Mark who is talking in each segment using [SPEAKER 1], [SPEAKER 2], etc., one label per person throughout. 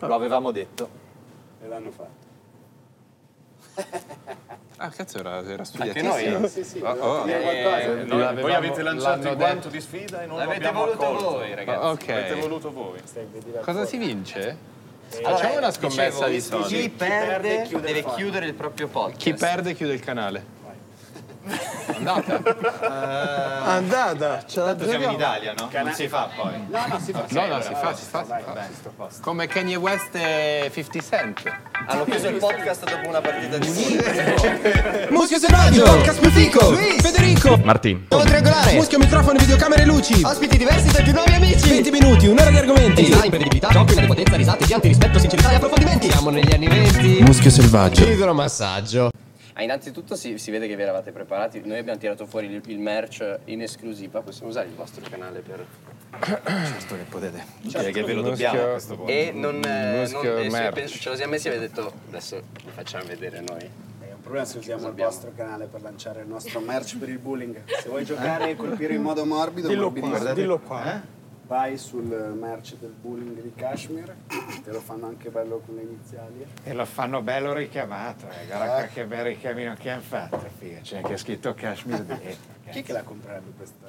[SPEAKER 1] Lo avevamo detto.
[SPEAKER 2] E l'hanno fatto.
[SPEAKER 3] Ah, cazzo, era, era
[SPEAKER 4] Anche
[SPEAKER 3] studiatissimo.
[SPEAKER 4] noi.
[SPEAKER 2] Sì, sì,
[SPEAKER 3] Oh,
[SPEAKER 2] volevo
[SPEAKER 3] oh.
[SPEAKER 2] dire
[SPEAKER 4] Eh,
[SPEAKER 2] qualcosa.
[SPEAKER 4] no.
[SPEAKER 5] Noi- voi
[SPEAKER 4] l'avevamo-
[SPEAKER 5] avete lanciato
[SPEAKER 4] l'hanno
[SPEAKER 5] il guanto
[SPEAKER 4] detto.
[SPEAKER 5] di sfida e non
[SPEAKER 4] L'avete
[SPEAKER 5] l'abbiamo
[SPEAKER 4] voluto
[SPEAKER 5] accolto.
[SPEAKER 4] voi, ragazzi.
[SPEAKER 3] Ah,
[SPEAKER 5] L'avete
[SPEAKER 3] ok.
[SPEAKER 5] voluto voi.
[SPEAKER 2] Stai per dire
[SPEAKER 3] Cosa
[SPEAKER 2] fuori.
[SPEAKER 3] si vince?
[SPEAKER 4] Allora,
[SPEAKER 3] Facciamo una
[SPEAKER 4] dicevo,
[SPEAKER 3] scommessa di
[SPEAKER 4] Chi,
[SPEAKER 3] soldi.
[SPEAKER 4] perde,
[SPEAKER 2] perde chiude
[SPEAKER 4] deve
[SPEAKER 2] il podcast.
[SPEAKER 4] chiudere il proprio podcast.
[SPEAKER 3] Chi perde chiude il canale. Andata.
[SPEAKER 6] Andata, ce la
[SPEAKER 1] Siamo in
[SPEAKER 6] giochiamo.
[SPEAKER 1] Italia, no? Non si fa poi.
[SPEAKER 2] No, no, si fa.
[SPEAKER 3] No, no, si fa, si fa, si fa. Come Kanye West e 50 Cent.
[SPEAKER 4] Hanno chiuso il podcast dopo una partita di
[SPEAKER 6] Muschio selvaggio, podcast più fico, Federico,
[SPEAKER 7] Martin.
[SPEAKER 6] Nuovo triangolare, muschio microfono, videocamere e luci,
[SPEAKER 4] Ospiti diversi tra più nuovi amici.
[SPEAKER 6] 20 minuti, un'ora di argomenti.
[SPEAKER 4] imprevedibilità, giochi, potenza, risate, pianti, rispetto, sincerità e approfondimenti. Siamo negli anni 20.
[SPEAKER 6] Muschio selvaggio.
[SPEAKER 4] massaggio. Ah, innanzitutto si, si vede che vi eravate preparati. Noi abbiamo tirato fuori il, il merch in esclusiva. Possiamo usare il vostro canale per.
[SPEAKER 1] Certo che potete. Direi che ve lo dobbiamo a questo punto.
[SPEAKER 4] E non. eh, non
[SPEAKER 3] Muschio
[SPEAKER 4] eh, sì,
[SPEAKER 3] merch.
[SPEAKER 4] penso ce lo siamo messi e avete detto adesso lo facciamo vedere noi.
[SPEAKER 2] È un problema se usiamo il vostro canale per lanciare il nostro merch per il bullying. Se
[SPEAKER 3] Eh?
[SPEAKER 2] vuoi giocare e colpire in modo morbido,
[SPEAKER 6] Dillo
[SPEAKER 2] morbidissimo,
[SPEAKER 6] qua, dillo qua.
[SPEAKER 3] Eh?
[SPEAKER 2] vai sul merch del bullying di Kashmir, te lo fanno anche bello con le iniziali.
[SPEAKER 8] E lo fanno bello richiamato, eh. guarda che bel richiamino che hanno fatto, figa. c'è anche scritto Kashmir dentro.
[SPEAKER 2] Chi è che la comprerebbe questa?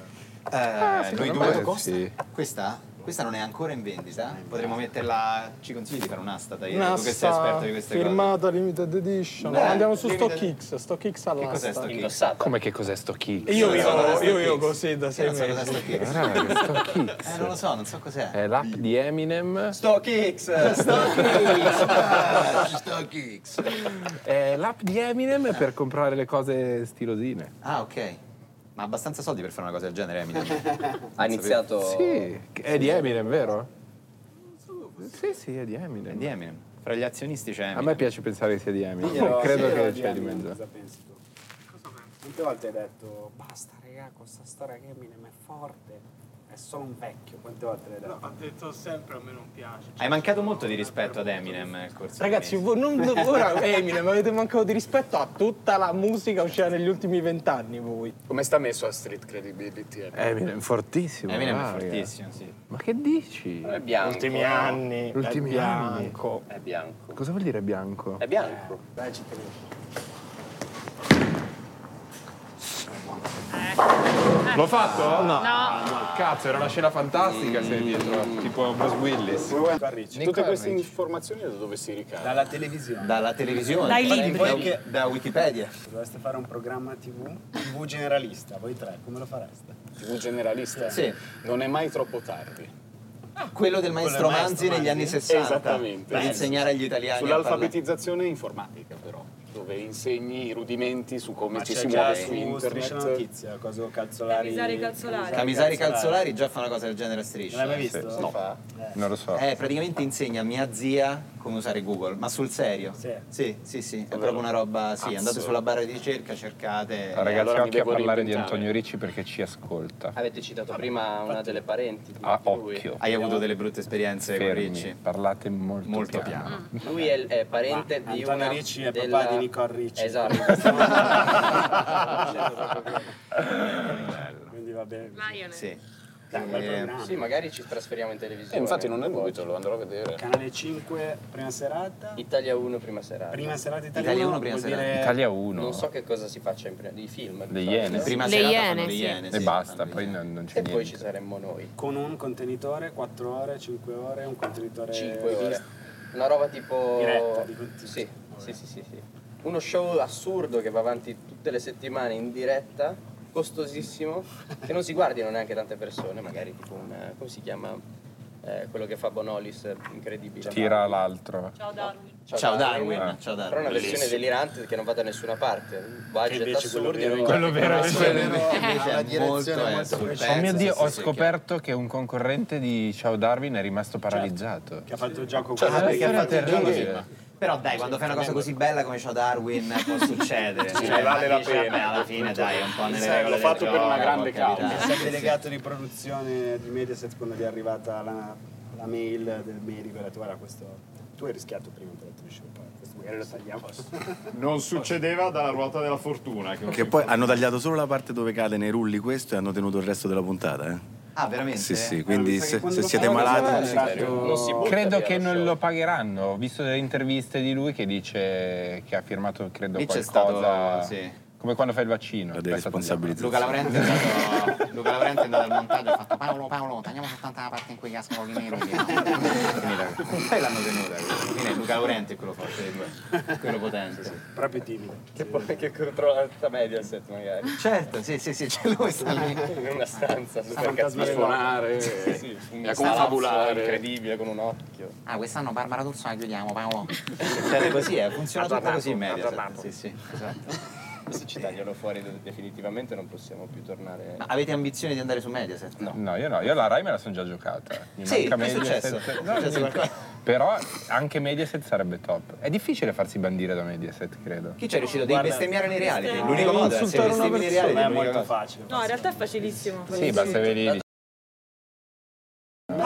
[SPEAKER 1] Eh, noi
[SPEAKER 3] secondo me
[SPEAKER 1] due.
[SPEAKER 3] sì.
[SPEAKER 1] Questa? Questa non è ancora in vendita. Potremmo metterla. Ci consigli di fare un'asta dai? tu che sei esperto di
[SPEAKER 6] Un'asta
[SPEAKER 1] queste
[SPEAKER 6] firmata limited edition.
[SPEAKER 1] Beh,
[SPEAKER 6] Andiamo su
[SPEAKER 1] limited-
[SPEAKER 6] StockX, StockX
[SPEAKER 1] cose. Che cos'è
[SPEAKER 6] all'asta.
[SPEAKER 1] sto kick?
[SPEAKER 4] Indossata.
[SPEAKER 3] Come che cos'è sto kick?
[SPEAKER 6] E io
[SPEAKER 1] Che non so
[SPEAKER 6] vivo,
[SPEAKER 1] cos'è sto
[SPEAKER 6] io vivo così da
[SPEAKER 1] Che
[SPEAKER 6] sei
[SPEAKER 1] non so cos'è
[SPEAKER 6] mesi.
[SPEAKER 1] sto kick.
[SPEAKER 3] Guarda, sto Eh.
[SPEAKER 1] Eh, non lo
[SPEAKER 3] kick.
[SPEAKER 1] so, non so cos'è.
[SPEAKER 3] È l'app di Eminem.
[SPEAKER 4] Sto Kicks!
[SPEAKER 1] Sto kicks.
[SPEAKER 3] È l'app di Eminem per comprare le cose stilosine.
[SPEAKER 1] Ah, ok. Ma abbastanza soldi per fare una cosa del genere, Eminem.
[SPEAKER 4] ha iniziato.
[SPEAKER 3] Sì, è di Eminem, vero? Sì, sì, è di Eminem.
[SPEAKER 1] È di Eminem. Fra gli azionisti c'è
[SPEAKER 3] A
[SPEAKER 1] Eminem.
[SPEAKER 3] me piace pensare che sia di Eminem.
[SPEAKER 2] Io-
[SPEAKER 3] Credo
[SPEAKER 2] io
[SPEAKER 3] che
[SPEAKER 2] di
[SPEAKER 3] c'è di
[SPEAKER 2] anni
[SPEAKER 3] mezzo.
[SPEAKER 2] Cosa pensi tu? Quante volte hai detto basta raga con sta storia che Eminem è forte, è solo un vecchio. Quante volte l'hai detto?
[SPEAKER 6] detto sempre a me non piace.
[SPEAKER 1] Hai mancato molto di rispetto ad Eminem nel corso dei
[SPEAKER 6] Ragazzi,
[SPEAKER 1] mesi.
[SPEAKER 6] voi non, ora Eminem avete mancato di rispetto a tutta la musica uscita negli ultimi vent'anni voi.
[SPEAKER 5] Come sta messo a Street Credibility?
[SPEAKER 3] Eminem, fortissimo.
[SPEAKER 1] Eminem è
[SPEAKER 3] raga.
[SPEAKER 1] fortissimo, sì.
[SPEAKER 3] Ma che dici?
[SPEAKER 4] È bianco.
[SPEAKER 6] Ultimi anni,
[SPEAKER 3] Ultimi
[SPEAKER 6] è bianco.
[SPEAKER 4] È bianco.
[SPEAKER 3] Cosa vuol dire bianco?
[SPEAKER 4] È bianco.
[SPEAKER 2] Dai, ci tenevo.
[SPEAKER 3] L'ho fatto? No.
[SPEAKER 9] No,
[SPEAKER 3] Cazzo, era una scena fantastica sei dietro. Tipo Bruce Willis.
[SPEAKER 5] Carricci. Tutte
[SPEAKER 3] Nicola
[SPEAKER 5] queste
[SPEAKER 3] Ricci.
[SPEAKER 5] informazioni da dove si ricavano?
[SPEAKER 2] Dalla televisione.
[SPEAKER 1] Dalla televisione.
[SPEAKER 9] Dai
[SPEAKER 1] Poi-
[SPEAKER 9] libri.
[SPEAKER 1] poi che- Da Wikipedia.
[SPEAKER 2] Dovreste fare un programma TV, TV generalista, voi tre, come lo fareste?
[SPEAKER 5] TV generalista?
[SPEAKER 1] Sì.
[SPEAKER 5] Non è mai troppo tardi.
[SPEAKER 1] Quello del maestro Manzi negli anni 60.
[SPEAKER 5] Esattamente.
[SPEAKER 1] Per insegnare agli italiani. a parlare.
[SPEAKER 5] Sull'alfabetizzazione informatica, però, dove insegni i rudimenti su come ci
[SPEAKER 2] c'è
[SPEAKER 5] si
[SPEAKER 2] già
[SPEAKER 5] muove
[SPEAKER 2] su
[SPEAKER 5] su
[SPEAKER 2] Striscia la
[SPEAKER 5] internet.
[SPEAKER 2] Notizia, cosa calzolari.
[SPEAKER 9] Camisari e calzolari.
[SPEAKER 1] Camisari Calzolari già fa una cosa del genere a
[SPEAKER 2] Non l'hai
[SPEAKER 1] striscia.
[SPEAKER 2] mai visto?
[SPEAKER 3] sì. No. Non lo so.
[SPEAKER 1] Eh, praticamente insegna a mia zia come usare Google, ma sul serio.
[SPEAKER 2] Sì.
[SPEAKER 1] sì, sì, sì, È proprio una roba. Sì, andate sulla barra di ricerca, cercate.
[SPEAKER 3] Ah, Ragazzi,
[SPEAKER 5] allora mi
[SPEAKER 3] occhio a
[SPEAKER 5] devo
[SPEAKER 3] parlare di
[SPEAKER 5] reinventare.
[SPEAKER 3] Antonio Ricci perché ci ascolta.
[SPEAKER 4] Avete citato prima una delle parenti. di
[SPEAKER 3] A
[SPEAKER 4] lui. Ah,
[SPEAKER 3] occhio.
[SPEAKER 1] Hai avuto delle brutte esperienze con
[SPEAKER 3] Fermi.
[SPEAKER 1] Ricci?
[SPEAKER 3] Parlate molto,
[SPEAKER 1] Molto
[SPEAKER 3] piano.
[SPEAKER 1] piano.
[SPEAKER 4] Lui è, è parente
[SPEAKER 2] Ma
[SPEAKER 4] di
[SPEAKER 2] Antonio
[SPEAKER 4] una
[SPEAKER 2] Ricci è papà di Nicole Ricci.
[SPEAKER 4] Esatto.
[SPEAKER 2] Quindi va bene.
[SPEAKER 9] Lionel.
[SPEAKER 1] Sì.
[SPEAKER 2] Dai, un bel
[SPEAKER 1] Eh,
[SPEAKER 2] programma.
[SPEAKER 4] sì, magari ci trasferiamo in televisione.
[SPEAKER 5] E Eh, infatti non è dubito, lo andrò a vedere.
[SPEAKER 2] Canale 5, prima serata.
[SPEAKER 4] Italia 1 prima serata.
[SPEAKER 2] Prima serata Italia,
[SPEAKER 1] Italia
[SPEAKER 2] 1,
[SPEAKER 1] uno, prima
[SPEAKER 2] vuol
[SPEAKER 1] serata.
[SPEAKER 2] dire-
[SPEAKER 3] Italia 1.
[SPEAKER 4] Non so che cosa si faccia in prima di film.
[SPEAKER 3] Le
[SPEAKER 4] mi
[SPEAKER 3] Iene.
[SPEAKER 4] pare.
[SPEAKER 1] Prima
[SPEAKER 9] Le
[SPEAKER 1] serata
[SPEAKER 9] Iene,
[SPEAKER 1] fanno le
[SPEAKER 9] sì.
[SPEAKER 1] Iene,
[SPEAKER 3] E
[SPEAKER 1] sì,
[SPEAKER 3] basta,
[SPEAKER 1] fanno le
[SPEAKER 3] poi
[SPEAKER 1] Iene.
[SPEAKER 3] non, non c'è
[SPEAKER 4] Eh, E
[SPEAKER 3] niente.
[SPEAKER 4] poi ci saremmo noi.
[SPEAKER 2] Con un contenitore, 4 ore, 5 ore, un contenitore...
[SPEAKER 4] 5 ore. Una roba tipo.
[SPEAKER 2] Diretta, di continuo.
[SPEAKER 4] Sì, sì, sì, sì, sì. Uno show assurdo che va avanti tutte le settimane in diretta, costosissimo, che non si guardino neanche tante persone, magari tipo un. eh, come si chiama? Eh, quello che fa Bonolis, eh, incredibile.
[SPEAKER 3] Tira l'altro.
[SPEAKER 9] Ciao Darwin.
[SPEAKER 1] Ciao Darwin,
[SPEAKER 4] Ah.
[SPEAKER 1] ciao Darwin.
[SPEAKER 4] Però è una versione delirante che non va da nessuna parte. Un budget
[SPEAKER 2] invece quello vero-
[SPEAKER 4] assurdo.
[SPEAKER 3] Quello vero è
[SPEAKER 1] Invece
[SPEAKER 2] La
[SPEAKER 1] è molto,
[SPEAKER 2] direzione
[SPEAKER 1] è
[SPEAKER 2] è molto
[SPEAKER 1] sul
[SPEAKER 2] precisa.
[SPEAKER 1] pezzo,
[SPEAKER 3] Oh mio Dio,
[SPEAKER 1] sì,
[SPEAKER 3] ho
[SPEAKER 1] sì, sì,
[SPEAKER 3] scoperto che un concorrente di Ciao Darwin è rimasto paralizzato.
[SPEAKER 2] Che ha fatto il gioco
[SPEAKER 3] Cioè,
[SPEAKER 2] con
[SPEAKER 3] perché
[SPEAKER 2] la
[SPEAKER 3] era
[SPEAKER 2] storia
[SPEAKER 3] terribile.
[SPEAKER 1] Però dai, quando fai una cosa così bella come Show Darwin può succedere. Cioè,
[SPEAKER 5] ne vale la
[SPEAKER 1] dici,
[SPEAKER 5] pena.
[SPEAKER 1] "Vabbè, alla fine dai, è un po' nelle
[SPEAKER 5] Sai,
[SPEAKER 1] regole
[SPEAKER 5] l'ho
[SPEAKER 1] del
[SPEAKER 5] fatto per
[SPEAKER 1] gioco,
[SPEAKER 5] una grande
[SPEAKER 1] può capitare".
[SPEAKER 5] causa.
[SPEAKER 2] Sa il delegato di produzione di Mediaset quando gli è arrivata la, la mail del medico, ha detto guarda questo... Tu hai rischiato prima per la show, poi questo magari lo tagliamo.
[SPEAKER 5] Non succedeva dalla ruota della fortuna.
[SPEAKER 10] Che poi hanno tagliato solo la parte dove cade nei rulli questo e hanno tenuto il resto della puntata. Eh.
[SPEAKER 1] Ah, veramente?
[SPEAKER 7] Sì, sì, quindi
[SPEAKER 2] mi sa Eh, che
[SPEAKER 7] se,
[SPEAKER 2] quando
[SPEAKER 7] se
[SPEAKER 2] lo
[SPEAKER 7] siete
[SPEAKER 2] fanno
[SPEAKER 7] malati...
[SPEAKER 2] diventare- Non si
[SPEAKER 4] butta
[SPEAKER 3] Credo
[SPEAKER 4] via
[SPEAKER 3] che
[SPEAKER 4] lo
[SPEAKER 3] non
[SPEAKER 4] show.
[SPEAKER 3] lo pagheranno. Ho visto delle interviste di lui che dice che ha firmato, credo,
[SPEAKER 1] Lì c'è
[SPEAKER 3] qualcosa.
[SPEAKER 1] stato- sì.
[SPEAKER 3] Come quando fai il vaccino.
[SPEAKER 7] La deresponsabilizzazione.
[SPEAKER 1] Luca Laurenti è andato, Luca Laurenti è andato al montaggio e ha fatto Paolo, Paolo, tagliamo soltanto la parte in cui cascano i nero. Poi l'hanno tenuta. quindi. Quindi è Luca Laurenti è quello forte dei due, quello potente.
[SPEAKER 2] Proprio timido.
[SPEAKER 4] Che poi anche controlla tutta Mediaset magari.
[SPEAKER 1] Certo, sì, sì, sì, c'è lui sta lì.
[SPEAKER 4] In una stanza super
[SPEAKER 5] a
[SPEAKER 4] cattiva.
[SPEAKER 5] suonare
[SPEAKER 4] Sì, un
[SPEAKER 5] e a
[SPEAKER 4] salazzo
[SPEAKER 5] confabulare.
[SPEAKER 4] Incredibile, con un occhio.
[SPEAKER 1] Ah, quest'anno Barbara D'Urso la chiudiamo, Paolo. Cioè, così è, funziona tutto così in media. Sì, sì, esatto.
[SPEAKER 4] Se ci tagliano fuori de- definitivamente non possiamo più tornare.
[SPEAKER 1] Ma avete ambizione di andare su Mediaset? No.
[SPEAKER 3] No, io no, io la Rai me la sono già giocata. Mi
[SPEAKER 1] Sì,
[SPEAKER 3] manca
[SPEAKER 1] che è
[SPEAKER 3] Mediaset.
[SPEAKER 1] successo?
[SPEAKER 3] No,
[SPEAKER 1] È successo
[SPEAKER 3] niente.
[SPEAKER 1] qualcosa?
[SPEAKER 3] Però anche Mediaset sarebbe top. È difficile farsi bandire da Mediaset, credo.
[SPEAKER 1] Chi c'è riuscito? Devi bestemmiare nei reality.
[SPEAKER 9] Eh.
[SPEAKER 1] L'unico modo è se
[SPEAKER 6] Insultare una
[SPEAKER 1] bestemmi nei
[SPEAKER 6] persona.
[SPEAKER 1] reality.
[SPEAKER 2] Non è
[SPEAKER 1] l'unica
[SPEAKER 2] molto
[SPEAKER 1] cosa.
[SPEAKER 2] facile.
[SPEAKER 9] No, in realtà è facilissimo.
[SPEAKER 3] Sì, basta vedi.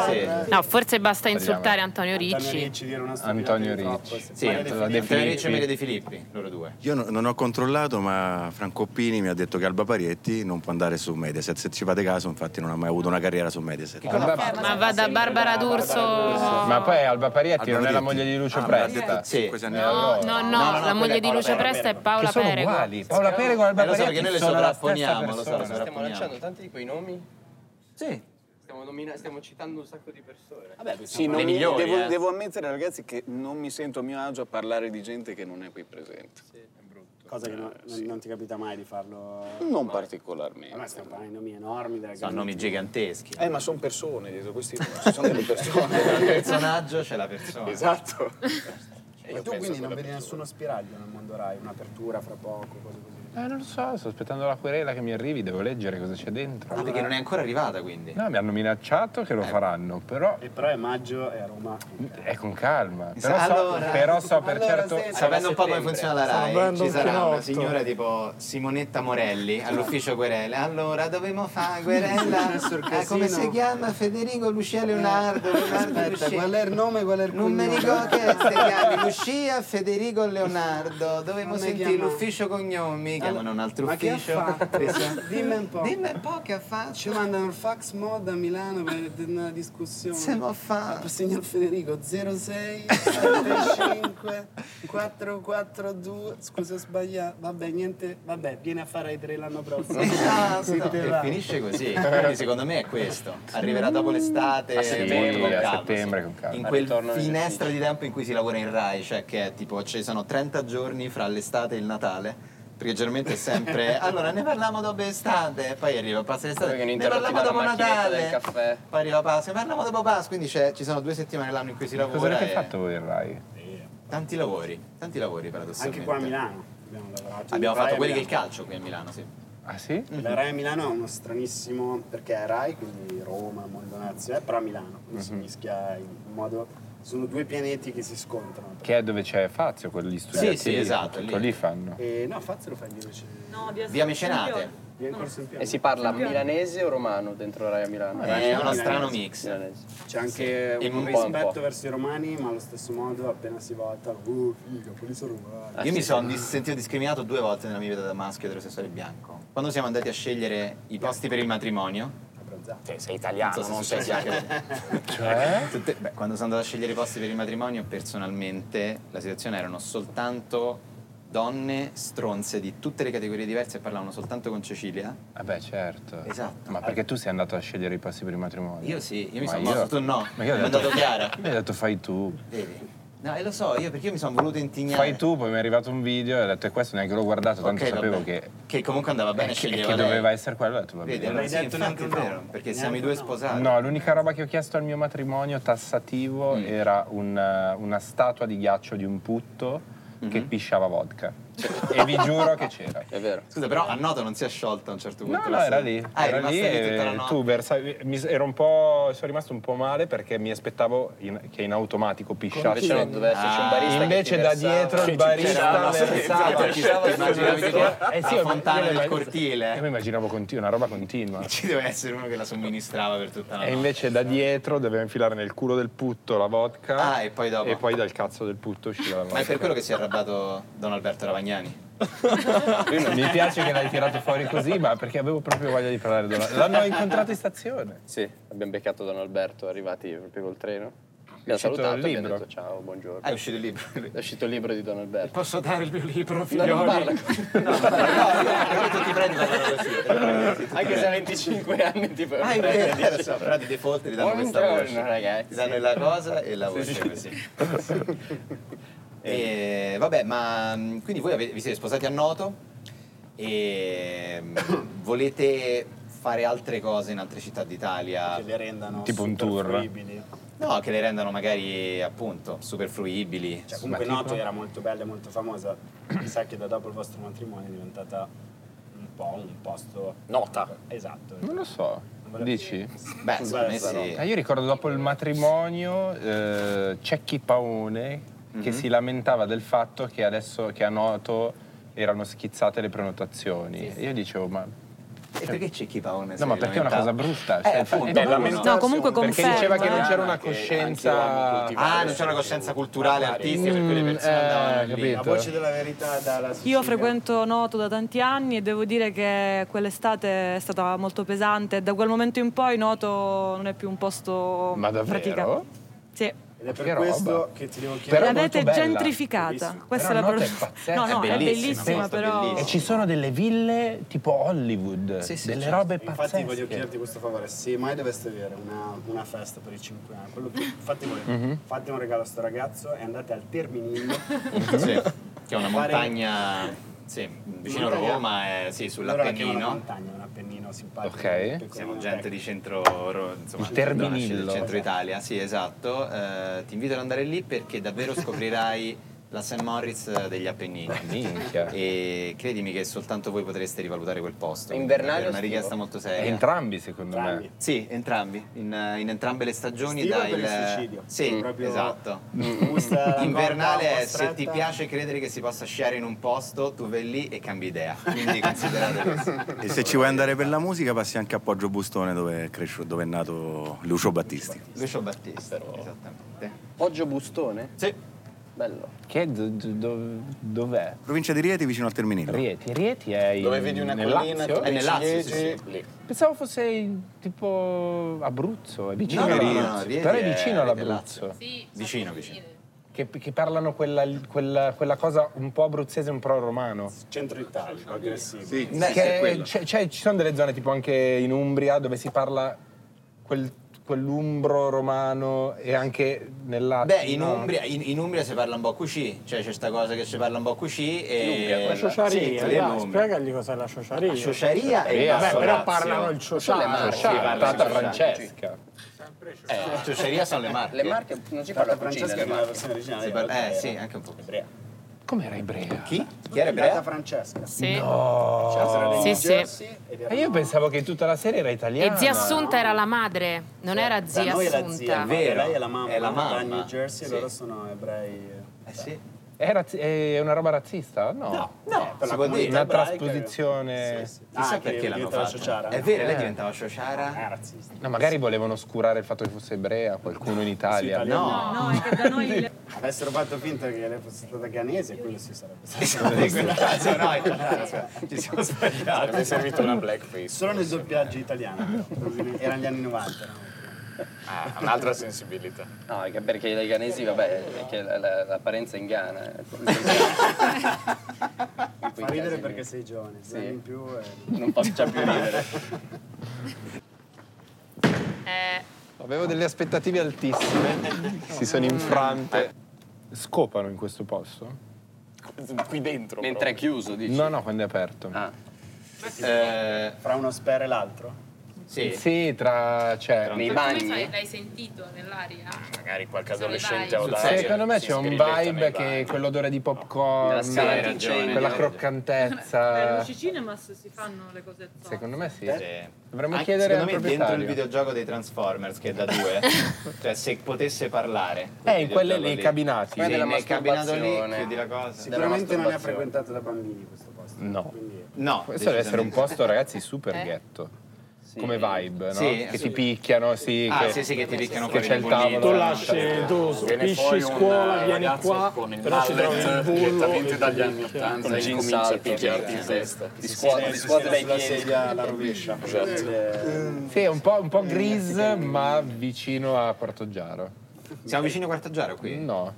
[SPEAKER 1] Sì.
[SPEAKER 9] No, forse basta insultare Antonio
[SPEAKER 2] Antonio
[SPEAKER 9] Ricci.
[SPEAKER 2] Ricci dire una stupidata
[SPEAKER 3] Antonio
[SPEAKER 2] di troppo,
[SPEAKER 3] Ricci.
[SPEAKER 2] se-
[SPEAKER 1] Sì,
[SPEAKER 2] Maria De
[SPEAKER 1] Antonio
[SPEAKER 3] De
[SPEAKER 1] De Filippi
[SPEAKER 3] Filippi.
[SPEAKER 1] e Maria De Filippi, loro due.
[SPEAKER 7] Io no- non ho controllato, ma Franco Pini mi ha detto che Alba Parietti non può andare su Mediaset. Se ci fate caso, infatti, non ha mai avuto una carriera su Mediaset.
[SPEAKER 9] Eh, Ma va da Barbara D'Urso.
[SPEAKER 3] Ma poi Alba Parietti
[SPEAKER 7] Alba
[SPEAKER 3] non è la
[SPEAKER 7] Parietti.
[SPEAKER 3] moglie di Lucio
[SPEAKER 7] Ah, me l'ha
[SPEAKER 3] Presta.
[SPEAKER 7] detto cinque
[SPEAKER 1] Sì.
[SPEAKER 7] anni fa.
[SPEAKER 9] No, no,
[SPEAKER 1] no,
[SPEAKER 9] no, la
[SPEAKER 1] quella
[SPEAKER 9] moglie
[SPEAKER 1] è
[SPEAKER 9] di
[SPEAKER 1] Paola
[SPEAKER 9] Lucio
[SPEAKER 1] Perego.
[SPEAKER 9] Presta è
[SPEAKER 3] Che
[SPEAKER 9] Paola
[SPEAKER 3] sono
[SPEAKER 9] Perego.
[SPEAKER 3] uguali. Paola Perego e Alba
[SPEAKER 1] Eh, lo so
[SPEAKER 3] Parietti
[SPEAKER 1] perché noi le
[SPEAKER 3] sono la stessa
[SPEAKER 1] sovrapponiamo, lo so,
[SPEAKER 3] persona.
[SPEAKER 1] lo so.
[SPEAKER 4] Stiamo lanciando tanti di quei nomi.
[SPEAKER 1] Sì.
[SPEAKER 4] Stiamo, nomina- stiamo citando un sacco di persone.
[SPEAKER 2] Vabbè,
[SPEAKER 5] Sì,
[SPEAKER 2] possiamo-
[SPEAKER 5] non
[SPEAKER 1] Le
[SPEAKER 5] mi-
[SPEAKER 1] migliori,
[SPEAKER 5] devo,
[SPEAKER 1] eh.
[SPEAKER 5] devo ammettere, ragazzi, che non mi sento a mio agio a parlare di gente che non è qui presente.
[SPEAKER 2] cosa che non, non- non ti capita mai di farlo.
[SPEAKER 5] Non
[SPEAKER 2] Ma
[SPEAKER 5] particolarmente.
[SPEAKER 2] stiamo parlando di nomi enormi. della
[SPEAKER 1] Sono nomi
[SPEAKER 2] grande-
[SPEAKER 1] giganteschi.
[SPEAKER 5] Eh, ma sono persone dietro questi. Ci sono delle persone.
[SPEAKER 1] Il personaggio c'è la persona.
[SPEAKER 5] esatto.
[SPEAKER 2] Ma tu quindi non vedi nessuno spiraglio nel mondo Rai, un'apertura fra poco, cose così.
[SPEAKER 3] Eh, non lo so, sto aspettando la querela che mi arrivi, devo leggere cosa c'è
[SPEAKER 1] Ah,
[SPEAKER 3] dentro.
[SPEAKER 1] perché non è ancora arrivata quindi.
[SPEAKER 3] No, mi hanno minacciato
[SPEAKER 1] Eh.
[SPEAKER 3] che lo faranno, però
[SPEAKER 2] E Eh, però è maggio e a Roma.
[SPEAKER 3] è con calma. Però so,
[SPEAKER 1] Allora-
[SPEAKER 3] però so per
[SPEAKER 2] Allora,
[SPEAKER 3] certo.
[SPEAKER 2] se-
[SPEAKER 1] Sapendo un po' come funziona la RAI,
[SPEAKER 6] Sapendo
[SPEAKER 1] ci
[SPEAKER 6] un
[SPEAKER 1] sarà una
[SPEAKER 6] chinotto.
[SPEAKER 1] signora tipo Simonetta Morelli all'ufficio Querele. Allora, dovremmo fare Querella?
[SPEAKER 2] Sul
[SPEAKER 1] Ah, come
[SPEAKER 2] casino. Eh.
[SPEAKER 1] si chiama? Federico Lucia Leonardo. Leonardo Lucia.
[SPEAKER 2] è il nome e qual è il
[SPEAKER 1] Non me ne ricordo che si chiami Lucia Federico Leonardo. Dovremmo
[SPEAKER 2] Come
[SPEAKER 1] sentire
[SPEAKER 2] chiama?
[SPEAKER 1] l'ufficio cognomi. Chiamano un altro
[SPEAKER 2] ma che ha
[SPEAKER 1] ufficio.
[SPEAKER 2] fatto?
[SPEAKER 1] Esatto.
[SPEAKER 2] Dimmi un po'.
[SPEAKER 1] Dimmi un po' che ha fatto.
[SPEAKER 2] Ci mandano il fax mod a Milano per una discussione.
[SPEAKER 1] Se mo fa-
[SPEAKER 2] Per signor Federico 06 75 442. Scusa, ho sbagliato. Vabbè, niente. Vabbè, vieni a fare i tre l'anno prossimo.
[SPEAKER 1] Esatto.
[SPEAKER 2] Si te
[SPEAKER 1] E
[SPEAKER 2] va.
[SPEAKER 1] finisce così. Quindi secondo me è questo. Arriverà dopo l'estate,
[SPEAKER 3] A settembre,
[SPEAKER 1] molto con
[SPEAKER 3] a
[SPEAKER 1] calma,
[SPEAKER 3] settembre
[SPEAKER 1] sì.
[SPEAKER 3] con calma.
[SPEAKER 1] In
[SPEAKER 4] Al
[SPEAKER 1] quel
[SPEAKER 4] ritorno negli
[SPEAKER 1] finestra di tempo in cui si lavora in Rai, cioè che è tipo ci sono 30 giorni fra l'estate e il Natale. Perché generalmente è sempre allora ne parliamo dopo estate, poi arriva passa l'estate,
[SPEAKER 4] Perché
[SPEAKER 1] ne
[SPEAKER 4] non
[SPEAKER 1] parliamo
[SPEAKER 4] interrotti
[SPEAKER 1] dopo
[SPEAKER 4] dalla macchinetta
[SPEAKER 1] Natale,
[SPEAKER 4] del caffè.
[SPEAKER 1] poi arriva Pasqua, ne parliamo dopo Pasqua, quindi c'è- ci sono due settimane l'anno in cui si lavora.
[SPEAKER 3] Cosa avete
[SPEAKER 1] e-
[SPEAKER 3] fatto voi in Rai?
[SPEAKER 1] Tanti lavori, tanti lavori
[SPEAKER 2] Anche
[SPEAKER 1] paradossalmente.
[SPEAKER 2] qua a Milano abbiamo lavorato.
[SPEAKER 1] Abbiamo
[SPEAKER 2] Rai
[SPEAKER 1] fatto
[SPEAKER 2] a
[SPEAKER 1] quelli del
[SPEAKER 2] Milano.
[SPEAKER 1] calcio qui a Milano, sì.
[SPEAKER 3] Ah sì?
[SPEAKER 2] Cioè, La Rai a Milano è uno stranissimo perché è Rai, quindi Roma, Mondo Nazionale, però a Milano, quindi si mischia in modo. Sono due pianeti che si scontrano.
[SPEAKER 3] Che è dove c'è Fazio, quelli studiati
[SPEAKER 1] Sì, sì,
[SPEAKER 3] lì,
[SPEAKER 1] esatto,
[SPEAKER 3] tutto
[SPEAKER 1] lì.
[SPEAKER 3] lì fanno.
[SPEAKER 2] E no, Fazio lo fa in dieci.
[SPEAKER 9] No,
[SPEAKER 1] Via Mecenate.
[SPEAKER 2] Viene corso in piano.
[SPEAKER 4] E si parla milanese o romano dentro Rai a Milano?
[SPEAKER 1] È uno
[SPEAKER 2] Milanese.
[SPEAKER 1] strano mix.
[SPEAKER 4] Milanese.
[SPEAKER 2] C'è anche
[SPEAKER 1] Sì, in
[SPEAKER 2] un
[SPEAKER 1] un po',
[SPEAKER 2] rispetto
[SPEAKER 4] un po'.
[SPEAKER 2] verso i romani, ma allo stesso modo appena si vota, uh, figa, polizia romana.
[SPEAKER 1] Io mi sono dis- sentito discriminato due volte nella mia vita da maschio eterosessuale bianco. Quando siamo andati a scegliere i posti per il matrimonio,
[SPEAKER 5] Cioè, sei italiano,
[SPEAKER 1] non so se sei bianco.
[SPEAKER 3] Cioè?
[SPEAKER 1] Tutte- beh, quando sono andato a scegliere i posti per il matrimonio, personalmente la situazione erano soltanto donne stronze di tutte le categorie diverse e parlavano soltanto con Cecilia.
[SPEAKER 3] Vabbè, certo.
[SPEAKER 1] Esatto.
[SPEAKER 3] Ma perché tu sei andato a scegliere i passi per il matrimonio?
[SPEAKER 1] Io sì, io mi
[SPEAKER 3] Ma
[SPEAKER 1] sono mosso, tu no.
[SPEAKER 3] Ma io ho
[SPEAKER 1] Mi è
[SPEAKER 3] detto-
[SPEAKER 1] andato Chiara.
[SPEAKER 3] Mi hai detto fai tu.
[SPEAKER 1] Vedi? No, e lo so, io perché io mi sono voluto intignare.
[SPEAKER 3] Fai tu, poi mi è arrivato un video e ho detto e questo neanche l'ho guardato, tanto
[SPEAKER 1] Ok,
[SPEAKER 3] sapevo
[SPEAKER 1] vabbè.
[SPEAKER 3] che,
[SPEAKER 1] Che comunque andava bene,
[SPEAKER 3] eh, che,
[SPEAKER 1] sceglieva
[SPEAKER 3] che
[SPEAKER 1] lei.
[SPEAKER 3] doveva essere quello, ho detto va
[SPEAKER 1] Vedi,
[SPEAKER 3] bene.
[SPEAKER 1] allora
[SPEAKER 2] L'avrei
[SPEAKER 1] sì,
[SPEAKER 2] detto
[SPEAKER 1] infatti è
[SPEAKER 2] neanche
[SPEAKER 1] vero,
[SPEAKER 2] no.
[SPEAKER 1] perché siamo i due
[SPEAKER 2] Neanche no.
[SPEAKER 1] sposati.
[SPEAKER 3] No, l'unica roba che ho chiesto al mio matrimonio tassativo
[SPEAKER 1] Mm.
[SPEAKER 3] era un- eh, una statua di ghiaccio di un putto
[SPEAKER 1] Mm-hmm.
[SPEAKER 3] che pisciava vodka. E vi giuro che c'era.
[SPEAKER 4] È vero.
[SPEAKER 1] Scusa, però a Noto non si è sciolta a un certo punto.
[SPEAKER 3] No,
[SPEAKER 1] la
[SPEAKER 3] no, era
[SPEAKER 1] sera.
[SPEAKER 3] lì.
[SPEAKER 1] Ah,
[SPEAKER 3] era
[SPEAKER 1] è
[SPEAKER 3] lì
[SPEAKER 1] rimasta lì tutta la
[SPEAKER 3] e
[SPEAKER 1] notte.
[SPEAKER 3] tu versavi- mi s- ero un po', sono rimasto un po' male perché mi aspettavo in- che in automatico
[SPEAKER 4] Invece
[SPEAKER 3] pisciasse.
[SPEAKER 4] no, doveva esserci un barista che
[SPEAKER 3] Invece
[SPEAKER 4] ti
[SPEAKER 3] da
[SPEAKER 4] versava.
[SPEAKER 3] dietro il
[SPEAKER 1] C'era
[SPEAKER 3] barista
[SPEAKER 1] una
[SPEAKER 3] versava.
[SPEAKER 1] sferzata, ci stava immaginavi tipo
[SPEAKER 3] Eh sì,
[SPEAKER 1] la
[SPEAKER 3] io- io
[SPEAKER 1] fontana
[SPEAKER 3] mi-
[SPEAKER 1] del
[SPEAKER 3] Io mi
[SPEAKER 1] cortile.
[SPEAKER 3] immaginavo continu- una roba continua.
[SPEAKER 1] Ci deve essere uno che la somministrava per tutta la
[SPEAKER 3] E
[SPEAKER 1] notte.
[SPEAKER 3] invece da dietro doveva infilare nel culo del putto la vodka.
[SPEAKER 1] Ah, e poi dopo.
[SPEAKER 3] E poi dal cazzo del putto usciva la vodka.
[SPEAKER 1] Ma è per quello che si è arrabbiato Don Alberto Ravagnani Modigliani.
[SPEAKER 3] Mi piace che l'hai tirato fuori così, ma perché avevo proprio voglia di parlare di loro. L'hanno incontrato in stazione.
[SPEAKER 4] Sì, abbiamo beccato Don Alberto, arrivati proprio col treno. Abbiamo
[SPEAKER 3] uscito il
[SPEAKER 4] salutato, abbiamo
[SPEAKER 3] libro?
[SPEAKER 4] detto ciao, buongiorno.
[SPEAKER 1] Ah, è uscito il libro.
[SPEAKER 4] È uscito il libro di Don Alberto.
[SPEAKER 8] Posso dare il mio libro,
[SPEAKER 4] No, non
[SPEAKER 8] figlioli?
[SPEAKER 4] parla così.
[SPEAKER 1] tu ti prendi la parola così.
[SPEAKER 4] Anche se ha 25 anni, tipo.
[SPEAKER 1] Ah, è vero, adesso, però di default ti danno questa
[SPEAKER 4] Buongiorno,
[SPEAKER 1] voce.
[SPEAKER 4] ragazzi.
[SPEAKER 1] Ti danno la cosa e la voce così. E, vabbè, ma mm, quindi voi ave- vi siete sposati a Noto e mm, volete fare altre cose in altre città d'Italia?
[SPEAKER 2] Che le rendano
[SPEAKER 3] Tipo un tour.
[SPEAKER 2] superfluibili.
[SPEAKER 1] No, che le rendano magari appunto superfluibili.
[SPEAKER 2] Cioè, comunque
[SPEAKER 3] Ma tipo-
[SPEAKER 2] Noto era molto bella e molto famosa. Mi sa che da dopo il vostro matrimonio è diventata un po' un posto...
[SPEAKER 4] Nota.
[SPEAKER 2] Esatto.
[SPEAKER 3] Non lo so. Dici?
[SPEAKER 1] Beh, secondo me
[SPEAKER 3] Ah,
[SPEAKER 1] sì.
[SPEAKER 3] io ricordo dopo il matrimonio eh, c'è chi Paone che si lamentava del fatto che adesso che a Noto erano schizzate le prenotazioni. Io dicevo, ma
[SPEAKER 1] E perché c'è chi paone?
[SPEAKER 3] No, ma perché è una cosa brutta. cioè,
[SPEAKER 1] Eh, appunto.
[SPEAKER 3] è bella-
[SPEAKER 1] appunto.
[SPEAKER 9] No, comunque
[SPEAKER 3] perché
[SPEAKER 9] confermo.
[SPEAKER 3] diceva che non
[SPEAKER 9] eh.
[SPEAKER 3] c'era una
[SPEAKER 4] Anche-
[SPEAKER 3] coscienza.
[SPEAKER 4] anche io amo
[SPEAKER 1] Ah, non c'è una coscienza culturale artistica per cui le
[SPEAKER 3] Mm,
[SPEAKER 1] persone
[SPEAKER 3] eh,
[SPEAKER 1] andavano lì.
[SPEAKER 3] capito.
[SPEAKER 2] La voce della verità dalla Sicilia.
[SPEAKER 10] Io frequento Noto da tanti anni e devo dire che quell'estate è stata molto pesante. Da quel momento in poi Noto non è più un posto
[SPEAKER 3] Ma davvero?
[SPEAKER 10] Oh, pratica. Sì.
[SPEAKER 2] Ed è
[SPEAKER 3] Che
[SPEAKER 2] per
[SPEAKER 3] roba.
[SPEAKER 2] questo che ti devo
[SPEAKER 3] Però è
[SPEAKER 2] chiedere.
[SPEAKER 10] L'avete
[SPEAKER 3] molto bella.
[SPEAKER 10] gentrificata. Questa
[SPEAKER 3] Però
[SPEAKER 10] è la
[SPEAKER 3] Noto è
[SPEAKER 10] parola.
[SPEAKER 3] pazzesca.
[SPEAKER 10] no, no,
[SPEAKER 1] È
[SPEAKER 10] è
[SPEAKER 1] bellissima,
[SPEAKER 10] bellissima,
[SPEAKER 1] posto
[SPEAKER 10] però.
[SPEAKER 1] bellissimo.
[SPEAKER 3] E ci sono delle ville tipo Hollywood,
[SPEAKER 1] Sì, sì,
[SPEAKER 3] delle
[SPEAKER 1] certo.
[SPEAKER 3] robe
[SPEAKER 2] Infatti
[SPEAKER 3] pazzesche.
[SPEAKER 2] voglio chiederti questo favore, se mai doveste avere una, una festa per i 5 anni, quello che fate voi,
[SPEAKER 1] Mhm.
[SPEAKER 2] fate un regalo a sto ragazzo e andate al Terminillo,
[SPEAKER 1] Sì, che è una
[SPEAKER 2] Fare-
[SPEAKER 1] montagna sì, vicino a
[SPEAKER 2] Montagna.
[SPEAKER 1] Roma, eh, sì,
[SPEAKER 2] Loro la chiamano
[SPEAKER 1] sull'Appennino.
[SPEAKER 2] montagna, un appennino simpatico.
[SPEAKER 3] Ok.
[SPEAKER 2] piccolino,
[SPEAKER 1] Siamo
[SPEAKER 2] ecco.
[SPEAKER 1] gente di centro, ro- insomma, centro-
[SPEAKER 3] Il Terminillo.
[SPEAKER 1] del centro Italia, sì, esatto. Eh, ti invito ad andare lì perché davvero scoprirai la St. Moritz degli Appennini.
[SPEAKER 3] Minchia.
[SPEAKER 1] E credimi che soltanto voi potreste rivalutare quel posto.
[SPEAKER 4] È invernale
[SPEAKER 1] È
[SPEAKER 4] o
[SPEAKER 1] una
[SPEAKER 4] estivo?
[SPEAKER 1] richiesta molto
[SPEAKER 3] Eh,
[SPEAKER 1] seria.
[SPEAKER 3] Entrambi, secondo
[SPEAKER 2] Entrambi.
[SPEAKER 3] me.
[SPEAKER 1] sì, entrambi, in, in entrambe le stagioni.
[SPEAKER 2] Estivo è
[SPEAKER 1] dai
[SPEAKER 2] per il
[SPEAKER 1] il-
[SPEAKER 2] suicidio.
[SPEAKER 1] Sì,
[SPEAKER 2] Proprio-
[SPEAKER 1] esatto.
[SPEAKER 2] Gusta la corda un
[SPEAKER 1] Invernale
[SPEAKER 2] po'
[SPEAKER 1] è se ti
[SPEAKER 2] stretta.
[SPEAKER 1] piace credere che si possa sciare in un posto, tu vai lì e cambi idea. Quindi considerate questo.
[SPEAKER 7] E se ci vuoi andare per la musica, passi anche a Poggio Bustone, dove è, cresciuto- dove è nato Lucio Battisti.
[SPEAKER 1] Lucio Battista, esattamente.
[SPEAKER 4] Poggio Bustone?
[SPEAKER 1] Sì.
[SPEAKER 4] Bello.
[SPEAKER 3] Che do- do- do- dov'è?
[SPEAKER 7] Provincia di Rieti, vicino al Terminillo.
[SPEAKER 3] Rieti, Rieti è in,
[SPEAKER 4] Dove vedi una
[SPEAKER 3] nel
[SPEAKER 4] collina,
[SPEAKER 3] Lazio?
[SPEAKER 1] È nel Lazio, sì, sì.
[SPEAKER 4] Lì.
[SPEAKER 3] Pensavo fosse in, tipo Abruzzo, è vicino
[SPEAKER 1] No, no,
[SPEAKER 3] a
[SPEAKER 1] no,
[SPEAKER 3] Rieti.
[SPEAKER 1] no, Rieti
[SPEAKER 3] però è
[SPEAKER 1] è-
[SPEAKER 3] vicino
[SPEAKER 1] è
[SPEAKER 3] all'Abruzzo.
[SPEAKER 9] Sì,
[SPEAKER 1] Vicino, vicino.
[SPEAKER 3] Che, che parlano quella, quella- quella cosa un po' abruzzese, un po' romano.
[SPEAKER 2] Centro Italia, aggressivo.
[SPEAKER 3] Che c'è- c'è- ci sono delle zone tipo anche in Umbria dove si parla quel- quell'umbro romano e anche nella...
[SPEAKER 1] Beh, in Umbria, in, in Umbria si parla un po' così, cioè c'è sta cosa che si parla un po' così e...
[SPEAKER 6] La sciociaria,
[SPEAKER 1] sì,
[SPEAKER 6] dai,
[SPEAKER 1] l'Umbria.
[SPEAKER 6] spiegagli cos'è la sciociaria.
[SPEAKER 1] La sciociaria e
[SPEAKER 3] Vabbè,
[SPEAKER 6] Vabbè,
[SPEAKER 1] Basso
[SPEAKER 6] però
[SPEAKER 1] Lazio.
[SPEAKER 6] parlano il
[SPEAKER 4] le
[SPEAKER 6] sociale.
[SPEAKER 4] marche.
[SPEAKER 1] Sì, parla
[SPEAKER 3] Ah, Tata
[SPEAKER 1] di Francia.
[SPEAKER 3] Francesca.
[SPEAKER 1] Eh, la sciociaria sono le marche.
[SPEAKER 4] Le marche non si parla
[SPEAKER 2] Tata
[SPEAKER 4] cucina,
[SPEAKER 2] Francesca
[SPEAKER 4] le
[SPEAKER 2] è la
[SPEAKER 4] marche.
[SPEAKER 2] versione originale.
[SPEAKER 1] Si parla- eh, sì, anche un po'.
[SPEAKER 2] Ebrea.
[SPEAKER 3] Com'era ebrea?
[SPEAKER 1] Chi? Chi era
[SPEAKER 2] Tata
[SPEAKER 1] ebrea?
[SPEAKER 2] Francesca.
[SPEAKER 9] Sì.
[SPEAKER 3] Oh.
[SPEAKER 2] Cioè, sarà dei
[SPEAKER 9] Sì,
[SPEAKER 2] New
[SPEAKER 9] sì.
[SPEAKER 2] Jersey ed
[SPEAKER 3] E
[SPEAKER 2] erano-
[SPEAKER 3] io pensavo che tutta la serie era italiana.
[SPEAKER 9] E zia Assunta era la madre, non era
[SPEAKER 2] Da
[SPEAKER 9] zia
[SPEAKER 2] noi è la zia,
[SPEAKER 9] Assunta.
[SPEAKER 2] ma
[SPEAKER 1] Vero.
[SPEAKER 2] lei è la mamma,
[SPEAKER 1] È la
[SPEAKER 2] no? da
[SPEAKER 1] mamma.
[SPEAKER 2] New Jersey,
[SPEAKER 1] Sì.
[SPEAKER 2] loro sono ebrei.
[SPEAKER 1] Eh sì.
[SPEAKER 3] È, razzi- è una roba razzista? No.
[SPEAKER 1] No,
[SPEAKER 2] Eh, per
[SPEAKER 1] si
[SPEAKER 2] la
[SPEAKER 1] può dire.
[SPEAKER 2] comunità.
[SPEAKER 3] Una
[SPEAKER 2] ebraica,
[SPEAKER 3] trasposizione...
[SPEAKER 2] Sì, sì.
[SPEAKER 1] Chissà
[SPEAKER 2] Ah, che
[SPEAKER 1] perché l'hanno
[SPEAKER 2] diventava Ah.
[SPEAKER 1] fatta.
[SPEAKER 2] sciociara.
[SPEAKER 1] È vero, lei
[SPEAKER 3] Eh.
[SPEAKER 1] diventava
[SPEAKER 2] Non è
[SPEAKER 1] sciociara.
[SPEAKER 2] razzista.
[SPEAKER 3] No, magari volevano oscurare il fatto che fosse ebrea qualcuno in Italia.
[SPEAKER 2] Sì,
[SPEAKER 1] No.
[SPEAKER 10] No, è che da noi il-
[SPEAKER 2] Avessero fatto finta che lei fosse stata ghanese, quello si sarebbe stato.
[SPEAKER 1] Cazzo, no, è contrario. Ci siamo sbagliati.
[SPEAKER 5] Mi è servito una blackface.
[SPEAKER 2] Solo nel doppiaggio italiano, però. erano gli anni 90. no?
[SPEAKER 5] Ah, un'altra sensibilità.
[SPEAKER 4] No, che- perché i leganesi, vabbè, è che la- la- l'apparenza in Ghana. eh. In quei
[SPEAKER 2] Fa ridere
[SPEAKER 4] casi
[SPEAKER 2] perché
[SPEAKER 4] lì.
[SPEAKER 2] sei giovane, due
[SPEAKER 4] Sì.
[SPEAKER 2] anni in più eh, e...
[SPEAKER 4] Non faccia più ridere.
[SPEAKER 9] Eh,
[SPEAKER 6] Avevo delle aspettative altissime, si sono infrante.
[SPEAKER 3] Scopano in questo posto?
[SPEAKER 5] Qui dentro.
[SPEAKER 4] Mentre è chiuso, dici.
[SPEAKER 3] No, no, quando è aperto.
[SPEAKER 4] Ah,
[SPEAKER 1] Eh,
[SPEAKER 2] fra uno spera e l'altro.
[SPEAKER 1] sì.
[SPEAKER 3] Sì, tra... Cioè,
[SPEAKER 4] nei bagni.
[SPEAKER 9] l'hai sentito nell'aria?
[SPEAKER 5] Magari qualche
[SPEAKER 9] Sono i adolescente vai.
[SPEAKER 3] Sì, Secondo me c'è un vibe che quell'odore di
[SPEAKER 4] Della
[SPEAKER 3] popcorn,
[SPEAKER 4] scala
[SPEAKER 3] eh,
[SPEAKER 4] d'incendio.
[SPEAKER 3] quella
[SPEAKER 10] Beh,
[SPEAKER 3] croccantezza.
[SPEAKER 10] luci cinema si fanno le cose zotte.
[SPEAKER 3] Secondo me sì.
[SPEAKER 1] Sì.
[SPEAKER 3] Dovremmo
[SPEAKER 1] Anche,
[SPEAKER 3] chiedere al
[SPEAKER 1] secondo me dentro il
[SPEAKER 3] proprietario.
[SPEAKER 1] videogioco dei Transformers che è da due cioè se potesse parlare
[SPEAKER 3] Eh, in quelle lì,
[SPEAKER 1] videogioco
[SPEAKER 3] cabinati.
[SPEAKER 1] Sì,
[SPEAKER 4] Quella della
[SPEAKER 1] nel cabinato lì
[SPEAKER 4] masturbazione.
[SPEAKER 1] chiudi la cosa
[SPEAKER 2] Sicuramente non è
[SPEAKER 4] masturbazione.
[SPEAKER 2] frequentato da bambini questo posto.
[SPEAKER 3] No.
[SPEAKER 2] Quindi
[SPEAKER 1] no
[SPEAKER 3] Questo deve essere un
[SPEAKER 1] decisamente.
[SPEAKER 3] posto, ragazzi, super
[SPEAKER 9] Eh?
[SPEAKER 3] ghetto. come vibe, no?
[SPEAKER 1] Sì,
[SPEAKER 3] che
[SPEAKER 1] sì.
[SPEAKER 3] ti picchiano, sì.
[SPEAKER 1] Ah,
[SPEAKER 3] che,
[SPEAKER 1] sì, sì, che ti picchiano
[SPEAKER 3] Che
[SPEAKER 1] fuori
[SPEAKER 3] c'è
[SPEAKER 1] il
[SPEAKER 3] il tavolo.
[SPEAKER 1] bollino.
[SPEAKER 6] Tu lasci, tu
[SPEAKER 1] Viene fuori
[SPEAKER 6] spisci
[SPEAKER 1] un,
[SPEAKER 6] scuola,
[SPEAKER 1] eh,
[SPEAKER 6] vieni
[SPEAKER 1] ragazzo
[SPEAKER 6] qua,
[SPEAKER 1] con il
[SPEAKER 6] però ci trovi il
[SPEAKER 1] mallet
[SPEAKER 6] bullo.
[SPEAKER 1] direttamente
[SPEAKER 6] e
[SPEAKER 1] dagli
[SPEAKER 6] ti
[SPEAKER 1] anni
[SPEAKER 6] picchia.
[SPEAKER 1] Ottanta,
[SPEAKER 6] Con
[SPEAKER 1] e
[SPEAKER 6] jeans
[SPEAKER 1] comincia a
[SPEAKER 6] alti,
[SPEAKER 1] picchiarti in
[SPEAKER 6] sì.
[SPEAKER 1] testa.
[SPEAKER 6] Ti scuote- ti scuote dai
[SPEAKER 1] sulla
[SPEAKER 6] piedi.
[SPEAKER 1] sedia alla rovescia.
[SPEAKER 6] Certo.
[SPEAKER 2] Eh,
[SPEAKER 3] Sì, è un po', un
[SPEAKER 1] Mm.
[SPEAKER 3] po' gris, ma vicino a Quartogiaro.
[SPEAKER 1] Siamo vicini a Quartogiaro qui?
[SPEAKER 3] No.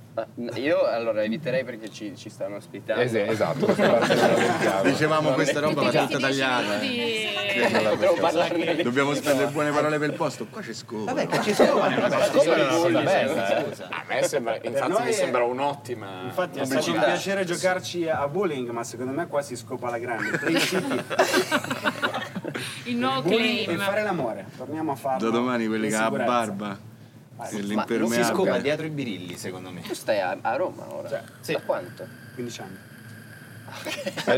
[SPEAKER 4] Io allora eviterei perché ci, ci stanno ospitando.
[SPEAKER 3] Es- esatto, questa parte ce la mettiamo.
[SPEAKER 7] Dicevamo, questa roba va tutta tagliata.
[SPEAKER 4] Dobbiamo parlarne.
[SPEAKER 7] Dobbiamo spendere buone parole per il posto. Qua c'è scopo. Vabbè,
[SPEAKER 1] che ci sono,
[SPEAKER 7] vabbè,
[SPEAKER 1] ci sono i bulli, eh,
[SPEAKER 11] A me sembra, infatti
[SPEAKER 2] noi
[SPEAKER 11] mi
[SPEAKER 2] è-
[SPEAKER 11] sembra un'ottima
[SPEAKER 2] Infatti è stato un
[SPEAKER 11] pubblicità.
[SPEAKER 2] piacere giocarci a bowling, ma secondo me qua si scopa la grande. Principi,
[SPEAKER 9] Il nuovo
[SPEAKER 2] bowling e
[SPEAKER 9] claim.
[SPEAKER 2] fare l'amore. Torniamo a farlo.
[SPEAKER 7] Da domani quelli
[SPEAKER 2] in
[SPEAKER 7] che ha
[SPEAKER 2] sicurezza.
[SPEAKER 7] barba e
[SPEAKER 4] Ma non
[SPEAKER 7] l'impermeabile.
[SPEAKER 4] dietro
[SPEAKER 1] i birilli, secondo me.
[SPEAKER 4] Tu stai a, a Roma ora? Da quanto?
[SPEAKER 2] 15 anni.
[SPEAKER 3] Eh,
[SPEAKER 1] eh,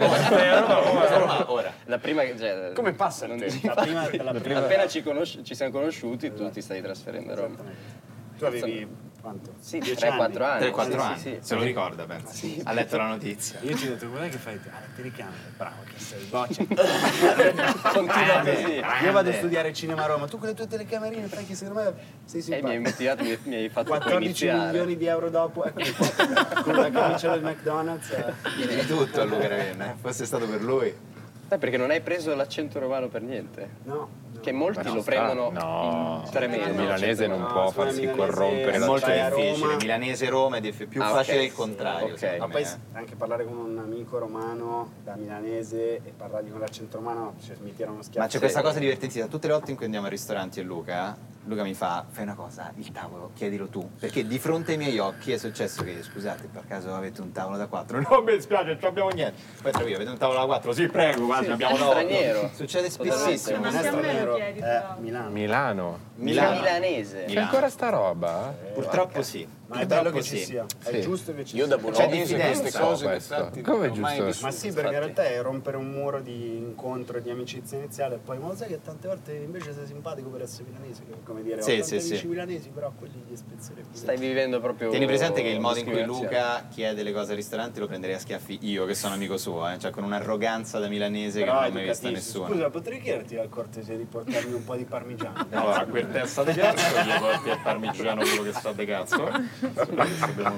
[SPEAKER 4] ora, La prima che. Cioè,
[SPEAKER 11] Come passa il
[SPEAKER 4] non-
[SPEAKER 11] tempo? La prima- la prima-
[SPEAKER 4] Appena ci, conosci- ci siamo conosciuti, tu ti stai trasferendo a Roma.
[SPEAKER 11] Tu avevi quanto?
[SPEAKER 4] Sì,
[SPEAKER 11] Dieci
[SPEAKER 4] 3-4 anni.
[SPEAKER 1] Tre, quattro
[SPEAKER 4] Sì,
[SPEAKER 1] anni.
[SPEAKER 4] sì, sì.
[SPEAKER 1] Se lo ricorda, penso. Ha letto la notizia.
[SPEAKER 2] Io ti ho detto, guarda che fai te? Ah, la telecamera, bravo che sei, boccia.
[SPEAKER 4] Continua così.
[SPEAKER 2] Io vado a studiare cinema a Roma, tu con le tue telecamerine fai che secondo me sei
[SPEAKER 4] E mi hai
[SPEAKER 2] simpatico.
[SPEAKER 4] motivato, mi, mi hai fatto
[SPEAKER 2] 14
[SPEAKER 4] iniziare.
[SPEAKER 2] milioni di euro dopo, eccoli qua, con la camicia del McDonald's. eh.
[SPEAKER 1] Di tutto a Luca Ravenna, eh. fosse stato per lui.
[SPEAKER 4] Eh, perché non hai preso l'accento romano per niente.
[SPEAKER 2] No.
[SPEAKER 4] Che molti
[SPEAKER 3] Ma no,
[SPEAKER 4] lo
[SPEAKER 3] sta-
[SPEAKER 4] prendono
[SPEAKER 3] no.
[SPEAKER 4] in tre mesi.
[SPEAKER 3] Il milanese non
[SPEAKER 2] No,
[SPEAKER 3] può
[SPEAKER 2] secondo me
[SPEAKER 3] farsi
[SPEAKER 2] il milanese
[SPEAKER 3] corrompere
[SPEAKER 1] È
[SPEAKER 3] da
[SPEAKER 1] molto
[SPEAKER 2] vai a Roma.
[SPEAKER 1] difficile, Milanese-Roma è diff- più
[SPEAKER 4] Ah, ok.
[SPEAKER 1] facile il
[SPEAKER 4] Sì,
[SPEAKER 1] contrario.
[SPEAKER 4] ok.
[SPEAKER 1] secondo
[SPEAKER 2] Ma
[SPEAKER 1] me,
[SPEAKER 2] poi
[SPEAKER 1] eh.
[SPEAKER 2] s- anche parlare con un amico romano da milanese e parlargli con l'accento romano, cioè, mi tira uno schiaffo.
[SPEAKER 1] Ma c'è questa cosa divertentissima, tutte le volte in cui andiamo ai ristoranti e Luca, Luca mi fa, fai una cosa, il tavolo, chiedilo tu, perché di fronte ai miei occhi è successo che, scusate, per caso avete un tavolo da quattro? No, mi dispiace, non abbiamo niente. Poi trovo io, avete un tavolo da quattro? Sì, prego, guarda,
[SPEAKER 4] Sì,
[SPEAKER 1] ne abbiamo
[SPEAKER 4] è
[SPEAKER 1] da otto.
[SPEAKER 4] straniero.
[SPEAKER 1] Succede
[SPEAKER 4] Totalmente.
[SPEAKER 1] spessissimo. non
[SPEAKER 2] Non
[SPEAKER 1] è
[SPEAKER 2] è
[SPEAKER 1] straniero.
[SPEAKER 2] vero,
[SPEAKER 10] chiedi,
[SPEAKER 2] è Eh, Milano.
[SPEAKER 3] Milano.
[SPEAKER 1] Milano.
[SPEAKER 4] Milanese.
[SPEAKER 3] C'è ancora sta roba?
[SPEAKER 1] Eh, Purtroppo sì.
[SPEAKER 2] Ma è bello
[SPEAKER 1] Purtroppo
[SPEAKER 2] che ci
[SPEAKER 1] sì.
[SPEAKER 2] sia,
[SPEAKER 3] Sì.
[SPEAKER 2] è giusto che ci
[SPEAKER 11] Io
[SPEAKER 2] sia. Cioè,
[SPEAKER 11] da bolognese
[SPEAKER 1] diffidenza,
[SPEAKER 11] queste cose in
[SPEAKER 3] questo.
[SPEAKER 11] effetti
[SPEAKER 3] Come
[SPEAKER 11] non ho mai
[SPEAKER 3] giusto?
[SPEAKER 11] vissute.
[SPEAKER 2] Ma sì, perché in realtà è rompere un muro di incontro e di amicizia iniziale e poi, ma lo sai che tante volte invece sei simpatico per essere milanese, che è come dire,
[SPEAKER 1] Sì,
[SPEAKER 2] ho tanti
[SPEAKER 1] sì, sì.
[SPEAKER 2] amici milanesi, però quelli gli spezzerebbero.
[SPEAKER 4] Stai vivendo proprio.
[SPEAKER 1] Tieni presente che il modo in cui
[SPEAKER 4] discriminazione.
[SPEAKER 1] Luca chiede le cose al ristorante lo prenderei a schiaffi io, che sono amico suo, eh, cioè con un'arroganza da milanese che non ha mai vista
[SPEAKER 2] educatissimo.
[SPEAKER 1] nessuno.
[SPEAKER 2] Scusa, potrei chiederti la cortesia di portarmi un po' di parmigiano?
[SPEAKER 11] Allora, quel testa di cazzo gli porti al parmigiano quello che sta di cazzo.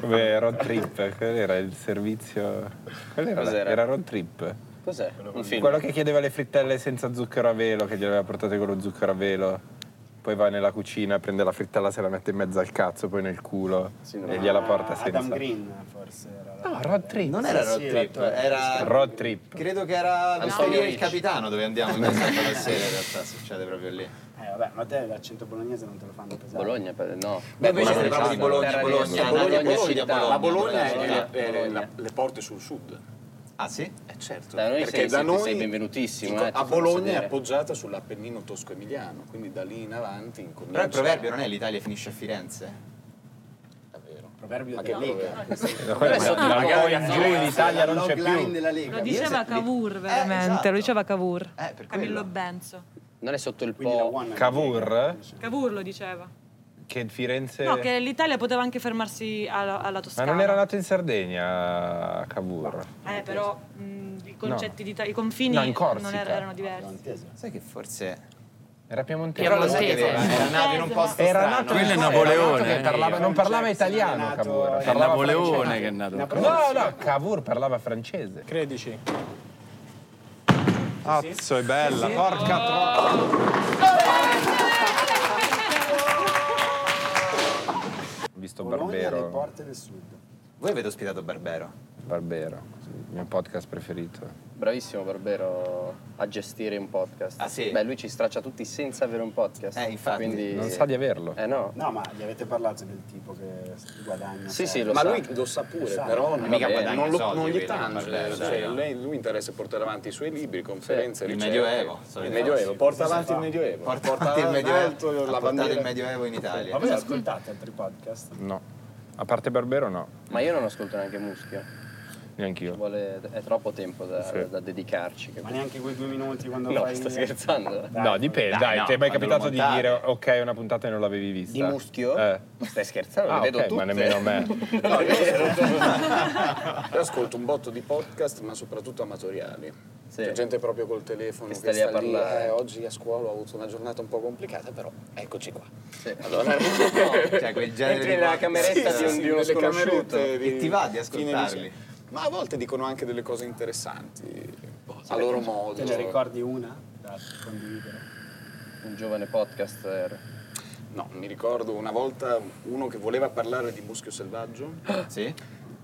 [SPEAKER 3] Come road trip, quello era il servizio. Quello era,
[SPEAKER 4] Cos'era?
[SPEAKER 3] era road trip.
[SPEAKER 4] Cos'è? Un film.
[SPEAKER 3] Quello che chiedeva le frittelle senza zucchero a velo, che gliele aveva portate con lo zucchero a velo. Poi va nella cucina, prende la frittella, se la mette in mezzo al cazzo, poi nel culo
[SPEAKER 4] Sì, no,
[SPEAKER 3] e gliela porta senza.
[SPEAKER 2] Ah, Adam Green, forse. Era la-
[SPEAKER 3] No, road trip.
[SPEAKER 1] Non era
[SPEAKER 2] Sì,
[SPEAKER 1] road
[SPEAKER 2] sì,
[SPEAKER 1] trip,
[SPEAKER 2] l'attore.
[SPEAKER 1] era
[SPEAKER 3] Road trip.
[SPEAKER 1] Credo che era
[SPEAKER 4] Antonio
[SPEAKER 1] l'osteria del
[SPEAKER 4] Ricci.
[SPEAKER 1] capitano dove andiamo in questa sera, in realtà succede proprio lì.
[SPEAKER 2] Eh, vabbè, ma te l'accento bolognese non te lo fanno pesare.
[SPEAKER 4] Bologna, per- no.
[SPEAKER 1] Beh, invece si parla di Bologna,
[SPEAKER 4] Terra
[SPEAKER 1] Bologna,
[SPEAKER 4] Rossa.
[SPEAKER 1] Bologna,
[SPEAKER 4] Bologna,
[SPEAKER 1] Bologna,
[SPEAKER 4] città.
[SPEAKER 1] Bologna.
[SPEAKER 11] eh, La Bologna
[SPEAKER 1] Bologna.
[SPEAKER 11] è- è è
[SPEAKER 4] Bologna.
[SPEAKER 11] la- le porte sul sud.
[SPEAKER 1] Ah sì?
[SPEAKER 11] Eh certo,
[SPEAKER 4] Da noi
[SPEAKER 11] perché
[SPEAKER 4] sei-
[SPEAKER 11] da
[SPEAKER 4] sei-
[SPEAKER 11] noi
[SPEAKER 4] sei benvenutissimo,
[SPEAKER 11] dico,
[SPEAKER 4] eh, ti
[SPEAKER 11] a
[SPEAKER 4] fanno
[SPEAKER 11] Bologna è
[SPEAKER 4] sedere.
[SPEAKER 11] appoggiata sull'Appennino tosco-emiliano, quindi da lì in avanti incomincia.
[SPEAKER 1] Però il proverbio non è l'Italia finisce a Firenze?
[SPEAKER 2] Proverbio
[SPEAKER 11] Ma che
[SPEAKER 2] della
[SPEAKER 11] lega?
[SPEAKER 2] Lega.
[SPEAKER 3] Adesso magari in giù in Italia non c'è
[SPEAKER 2] Logline
[SPEAKER 3] più.
[SPEAKER 2] della Lega.
[SPEAKER 10] Lo diceva Cavour, veramente,
[SPEAKER 1] esatto.
[SPEAKER 10] lo diceva Cavour.
[SPEAKER 1] Eh, per
[SPEAKER 10] Camillo
[SPEAKER 1] quello.
[SPEAKER 10] Benzo.
[SPEAKER 4] Non è sotto il
[SPEAKER 2] Quindi la
[SPEAKER 4] po'.
[SPEAKER 2] One-
[SPEAKER 3] Cavour?
[SPEAKER 10] Cavour lo diceva.
[SPEAKER 3] Che Firenze.
[SPEAKER 10] No, che l'Italia poteva anche fermarsi alla, alla
[SPEAKER 3] Eh. Ma
[SPEAKER 10] Toscana.
[SPEAKER 3] non era nato in Sardegna, Cavour.
[SPEAKER 10] Eh, però mh, i concetti di ta- i confini
[SPEAKER 3] No, in Corsica.
[SPEAKER 10] non er- erano diversi.
[SPEAKER 2] Piemontese.
[SPEAKER 1] Sai che forse...
[SPEAKER 3] Era Piemontese.
[SPEAKER 9] Era
[SPEAKER 1] Però lo sai che
[SPEAKER 9] Piemontese.
[SPEAKER 1] era, era nato in un posto
[SPEAKER 3] Era
[SPEAKER 1] strano.
[SPEAKER 3] nato
[SPEAKER 7] Quello è
[SPEAKER 3] in-
[SPEAKER 7] Napoleone,
[SPEAKER 3] era nato che
[SPEAKER 7] eh.
[SPEAKER 3] parlava- non parlava italiano
[SPEAKER 2] È nato-
[SPEAKER 3] Cavour.
[SPEAKER 2] è
[SPEAKER 7] È
[SPEAKER 3] parlava
[SPEAKER 7] Napoleone che è nato.
[SPEAKER 3] francese. No, no, Cavour parlava francese.
[SPEAKER 6] Credici.
[SPEAKER 7] Cazzo, è bella, porca tro-
[SPEAKER 3] Ho visto
[SPEAKER 2] Bologna le
[SPEAKER 3] Barbero.
[SPEAKER 2] porte del sud.
[SPEAKER 1] Voi avete ospitato Barbero?
[SPEAKER 3] Barbero, il mio podcast preferito.
[SPEAKER 4] Bravissimo Barbero a gestire un podcast.
[SPEAKER 1] Ah, sì?
[SPEAKER 4] Beh, lui ci straccia tutti senza avere un podcast.
[SPEAKER 1] Eh, infatti.
[SPEAKER 4] Quindi...
[SPEAKER 3] Non sa di averlo.
[SPEAKER 4] Eh no.
[SPEAKER 2] No, ma gli avete parlato del tipo che guadagna.
[SPEAKER 4] Sì, sì,
[SPEAKER 2] soldi?
[SPEAKER 4] lo
[SPEAKER 11] Ma
[SPEAKER 4] sa.
[SPEAKER 11] lui lo sa pure,
[SPEAKER 2] Sa.
[SPEAKER 11] però
[SPEAKER 1] Ma
[SPEAKER 11] non,
[SPEAKER 1] mica
[SPEAKER 11] vabbè,
[SPEAKER 1] guadagna
[SPEAKER 11] non, lo-
[SPEAKER 1] soldi,
[SPEAKER 11] non gli
[SPEAKER 1] quindi,
[SPEAKER 11] tange.
[SPEAKER 1] Barbero,
[SPEAKER 11] cioè,
[SPEAKER 1] dai, no.
[SPEAKER 11] lei- lui interessa portare avanti i suoi libri, conferenze,
[SPEAKER 1] Il
[SPEAKER 11] ricerche.
[SPEAKER 1] Medioevo,
[SPEAKER 11] Il
[SPEAKER 1] solito.
[SPEAKER 11] Medioevo, porta avanti il Medioevo.
[SPEAKER 1] Porta avanti il
[SPEAKER 11] alto
[SPEAKER 1] Medioevo,
[SPEAKER 11] la
[SPEAKER 1] ha portato
[SPEAKER 11] bandiera.
[SPEAKER 1] il Medioevo in Italia.
[SPEAKER 2] Ma voi ascoltate altri podcast?
[SPEAKER 3] No. A parte Barbero no,
[SPEAKER 4] Ma io non ascolto neanche Muschio.
[SPEAKER 3] neanche io.
[SPEAKER 4] Vuole... È troppo tempo da,
[SPEAKER 3] Sì.
[SPEAKER 4] da dedicarci.
[SPEAKER 2] Ma
[SPEAKER 4] capito?
[SPEAKER 2] neanche quei due minuti quando
[SPEAKER 4] No,
[SPEAKER 2] fai...
[SPEAKER 4] sto scherzando.
[SPEAKER 3] No, dipende, dai,
[SPEAKER 1] no,
[SPEAKER 3] ti è mai
[SPEAKER 1] quando lo
[SPEAKER 3] capitato di
[SPEAKER 1] montate.
[SPEAKER 3] dire ok una puntata e non l'avevi vista?
[SPEAKER 4] Di Muschio?
[SPEAKER 3] Eh.
[SPEAKER 4] Ma stai scherzando?
[SPEAKER 3] Ah,
[SPEAKER 4] le vedo
[SPEAKER 3] ok, ma
[SPEAKER 4] tutte.
[SPEAKER 3] nemmeno me.
[SPEAKER 11] No, io ascolto- io ascolto un botto di podcast, ma soprattutto amatoriali.
[SPEAKER 5] C'è gente proprio col telefono
[SPEAKER 4] Che
[SPEAKER 5] che
[SPEAKER 4] sta
[SPEAKER 5] sta,
[SPEAKER 4] lì a
[SPEAKER 5] lì,
[SPEAKER 4] parlare.
[SPEAKER 5] eh, oggi a scuola ho avuto una giornata un po' complicata, però eccoci qua.
[SPEAKER 4] allora- No, cioè, quel genere Entri di nella podcast. cameretta di un- di uno
[SPEAKER 5] nelle
[SPEAKER 4] sconosciuto.
[SPEAKER 5] camerette
[SPEAKER 4] E ti va di
[SPEAKER 5] fine
[SPEAKER 4] ascoltarli.
[SPEAKER 5] liceo. Ma a volte dicono anche delle cose interessanti, a loro modo.
[SPEAKER 2] Te Boh, ne ricordi una da condividere?
[SPEAKER 5] Un giovane podcaster. No, mi ricordo una volta uno che voleva parlare di muschio selvaggio. Sì.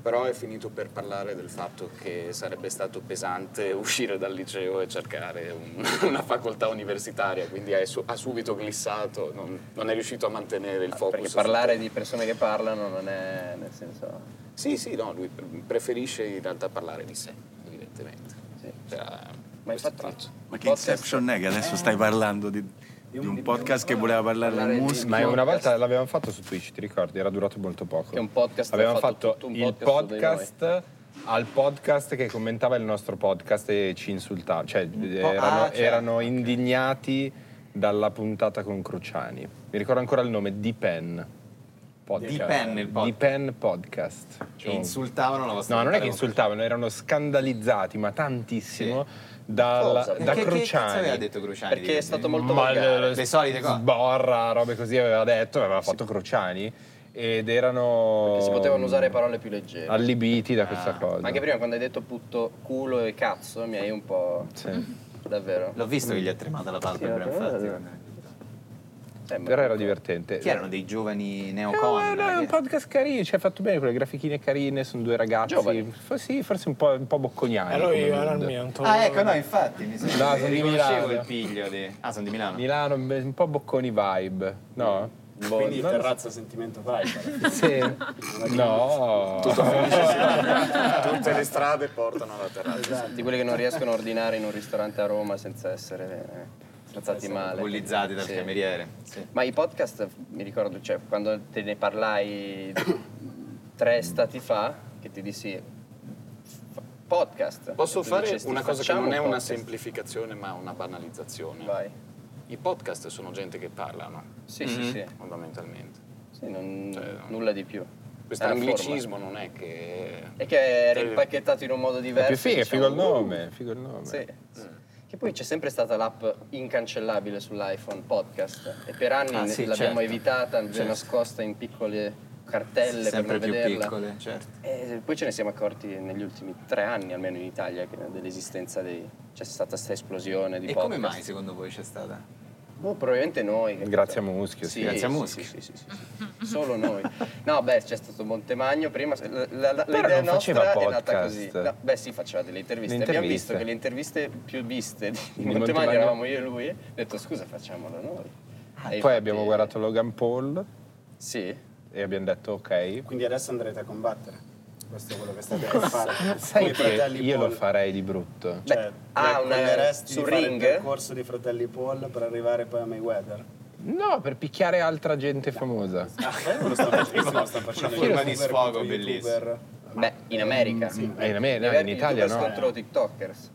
[SPEAKER 5] Però è finito per parlare del fatto che sarebbe stato pesante uscire dal liceo e cercare un- una facoltà universitaria, quindi ha, su- ha subito glissato, non, non è riuscito a mantenere il focus.
[SPEAKER 4] Ah, Perché parlare
[SPEAKER 5] su-
[SPEAKER 4] di persone che parlano non è nel senso.
[SPEAKER 5] Sì, sì, no, lui pre- preferisce in realtà parlare di sé, evidentemente. Cioè, Ma infatti...
[SPEAKER 7] Ma che inception è che adesso stai parlando di, di un podcast che voleva parlare di musica?
[SPEAKER 3] Ma una volta l'avevamo fatto su Twitch, ti ricordi? Era durato molto poco.
[SPEAKER 7] Che un podcast
[SPEAKER 3] Avevamo
[SPEAKER 7] ha fatto
[SPEAKER 3] fatto,
[SPEAKER 7] tutto un
[SPEAKER 3] il
[SPEAKER 7] podcast su di
[SPEAKER 3] podcast al podcast che commentava il nostro podcast e ci insultava. Cioè, erano,
[SPEAKER 7] ah, certo.
[SPEAKER 3] erano indignati dalla puntata con Cruciani. Mi ricordo ancora il nome, D-Pen.
[SPEAKER 1] D-Pen, il podcast.
[SPEAKER 3] D-Pen Podcast.
[SPEAKER 1] E
[SPEAKER 3] Oh.
[SPEAKER 1] insultavano la vostra
[SPEAKER 3] No, non è che
[SPEAKER 1] puntata con
[SPEAKER 3] insultavano, erano scandalizzati, ma tantissimo, dal-
[SPEAKER 1] Cosa?
[SPEAKER 3] da
[SPEAKER 1] Che- che- che
[SPEAKER 3] Cruciani.
[SPEAKER 1] cazzo aveva detto Cruciani? Perché è stato molto
[SPEAKER 3] Ma
[SPEAKER 1] volgare.
[SPEAKER 3] le-
[SPEAKER 1] Le solite cose.
[SPEAKER 3] Sborra, robe così aveva detto, aveva fatto Cruciani ed erano...
[SPEAKER 4] Perché si potevano usare parole più leggere.
[SPEAKER 3] Allibiti da
[SPEAKER 4] Ah,
[SPEAKER 3] questa cosa.
[SPEAKER 4] Ma anche prima quando hai detto putto, culo e cazzo mi hai un po'. Davvero.
[SPEAKER 1] L'ho visto che gli ha tremata la palpebra, infatti.
[SPEAKER 3] Però era divertente.
[SPEAKER 1] Chi erano dei giovani
[SPEAKER 3] Eh,
[SPEAKER 1] neocon?
[SPEAKER 3] no, è un podcast carino, ci ha fatto bene con le grafichine carine, sono due ragazzi. Fo- sì, forse un po', un po' bocconiani.
[SPEAKER 1] Ero
[SPEAKER 3] come
[SPEAKER 1] io, Eh, era
[SPEAKER 3] mood.
[SPEAKER 1] il mio, Antonio. Ah, ecco, no, infatti, mi sembra
[SPEAKER 3] No,
[SPEAKER 1] che
[SPEAKER 3] sono di
[SPEAKER 1] riconoscevo
[SPEAKER 3] Milano.
[SPEAKER 1] il piglio di- Ah, sono di Milano.
[SPEAKER 3] Milano, un be- un po' bocconi vibe, no? Boh,
[SPEAKER 2] Quindi
[SPEAKER 3] non lo so.
[SPEAKER 2] terrazzo sentimento vai.
[SPEAKER 3] Sì. No.
[SPEAKER 5] Tutte le strade portano alla terrazza.
[SPEAKER 4] Di quelli che non riescono a ordinare in un ristorante a Roma senza essere eh, trattati male.
[SPEAKER 1] Bullizzati dal cameriere, sì.
[SPEAKER 4] Ma i podcast, mi ricordo, cioè, quando te ne parlai tre stati fa, che ti dissi "F- podcast.
[SPEAKER 5] Posso
[SPEAKER 4] E tu
[SPEAKER 5] fare
[SPEAKER 4] dicesti,
[SPEAKER 5] una cosa che
[SPEAKER 4] "Facciamo
[SPEAKER 5] non è
[SPEAKER 4] un
[SPEAKER 5] una
[SPEAKER 4] podcast".
[SPEAKER 5] semplificazione ma una banalizzazione? I podcast sono gente che parlano.
[SPEAKER 4] Sì,
[SPEAKER 3] Mhm.
[SPEAKER 4] sì, sì.
[SPEAKER 5] Fondamentalmente.
[SPEAKER 11] Cioè,
[SPEAKER 5] Eh.
[SPEAKER 4] nulla di più.
[SPEAKER 5] Questo
[SPEAKER 4] È una
[SPEAKER 5] anglicismo non è che...
[SPEAKER 4] E che era impacchettato in un modo diverso.
[SPEAKER 3] È più figo, è
[SPEAKER 4] diciamo,
[SPEAKER 3] figo il
[SPEAKER 4] "Uh".
[SPEAKER 3] nome, è figo il nome.
[SPEAKER 4] Sì.
[SPEAKER 5] Mm.
[SPEAKER 4] Che poi c'è sempre stata l'app incancellabile sull'iPhone podcast e per anni
[SPEAKER 3] Ah,
[SPEAKER 4] ne-
[SPEAKER 3] sì,
[SPEAKER 4] l'abbiamo
[SPEAKER 3] certo.
[SPEAKER 4] evitata, l'abbiamo
[SPEAKER 3] Certo.
[SPEAKER 4] nascosta in piccole cartelle
[SPEAKER 1] Sempre
[SPEAKER 4] per non
[SPEAKER 1] più
[SPEAKER 4] vederla.
[SPEAKER 1] piccole, certo.
[SPEAKER 4] E poi ce ne siamo accorti negli ultimi tre anni, almeno in Italia, che dell'esistenza dei. c'è stata questa esplosione di
[SPEAKER 1] E
[SPEAKER 4] podcast.
[SPEAKER 1] come mai secondo voi c'è stata?
[SPEAKER 4] Boh, probabilmente noi. capito?
[SPEAKER 3] Grazie a Muschio, sì. Grazie a
[SPEAKER 4] sì,
[SPEAKER 3] Muschio.
[SPEAKER 4] Sì, sì, sì, sì. Solo noi. No, beh, c'è stato Montemagno prima. La, la- la-
[SPEAKER 3] Però
[SPEAKER 4] l'idea
[SPEAKER 3] non faceva
[SPEAKER 4] nostra è nata
[SPEAKER 3] podcast.
[SPEAKER 4] così. No, beh, sì, faceva delle interviste.
[SPEAKER 3] Le
[SPEAKER 4] Abbiamo
[SPEAKER 3] interviste.
[SPEAKER 4] visto che le interviste più viste di,
[SPEAKER 3] Di
[SPEAKER 4] Montemagno,
[SPEAKER 3] Montemagno.
[SPEAKER 4] eravamo io e lui. Ho detto, scusa, facciamolo noi.
[SPEAKER 3] Poi
[SPEAKER 4] E
[SPEAKER 3] abbiamo guardato Logan Paul.
[SPEAKER 4] Sì.
[SPEAKER 3] E abbiamo detto ok.
[SPEAKER 2] Quindi adesso andrete a combattere. Questo è quello che state per fare.
[SPEAKER 3] Sai
[SPEAKER 2] Come i
[SPEAKER 3] che
[SPEAKER 2] fratelli
[SPEAKER 3] io lo
[SPEAKER 2] Paul.
[SPEAKER 3] farei di brutto.
[SPEAKER 2] Cioè,
[SPEAKER 4] ah,
[SPEAKER 2] ah,
[SPEAKER 4] una-
[SPEAKER 2] prenderesti
[SPEAKER 4] sul
[SPEAKER 2] di fare il
[SPEAKER 4] ring?
[SPEAKER 2] percorso dei fratelli Paul per arrivare poi a Mayweather?
[SPEAKER 3] No, per picchiare altra gente famosa.
[SPEAKER 5] Ah,
[SPEAKER 2] lo sto facendo, lo sto facendo.
[SPEAKER 3] Una forma di
[SPEAKER 2] Youtuber
[SPEAKER 3] sfogo
[SPEAKER 2] contro youtuber.
[SPEAKER 4] Beh, in America.
[SPEAKER 3] Sì. Eh, in America, no, in Italia
[SPEAKER 4] YouTubers
[SPEAKER 3] no.
[SPEAKER 4] contro TikTokers.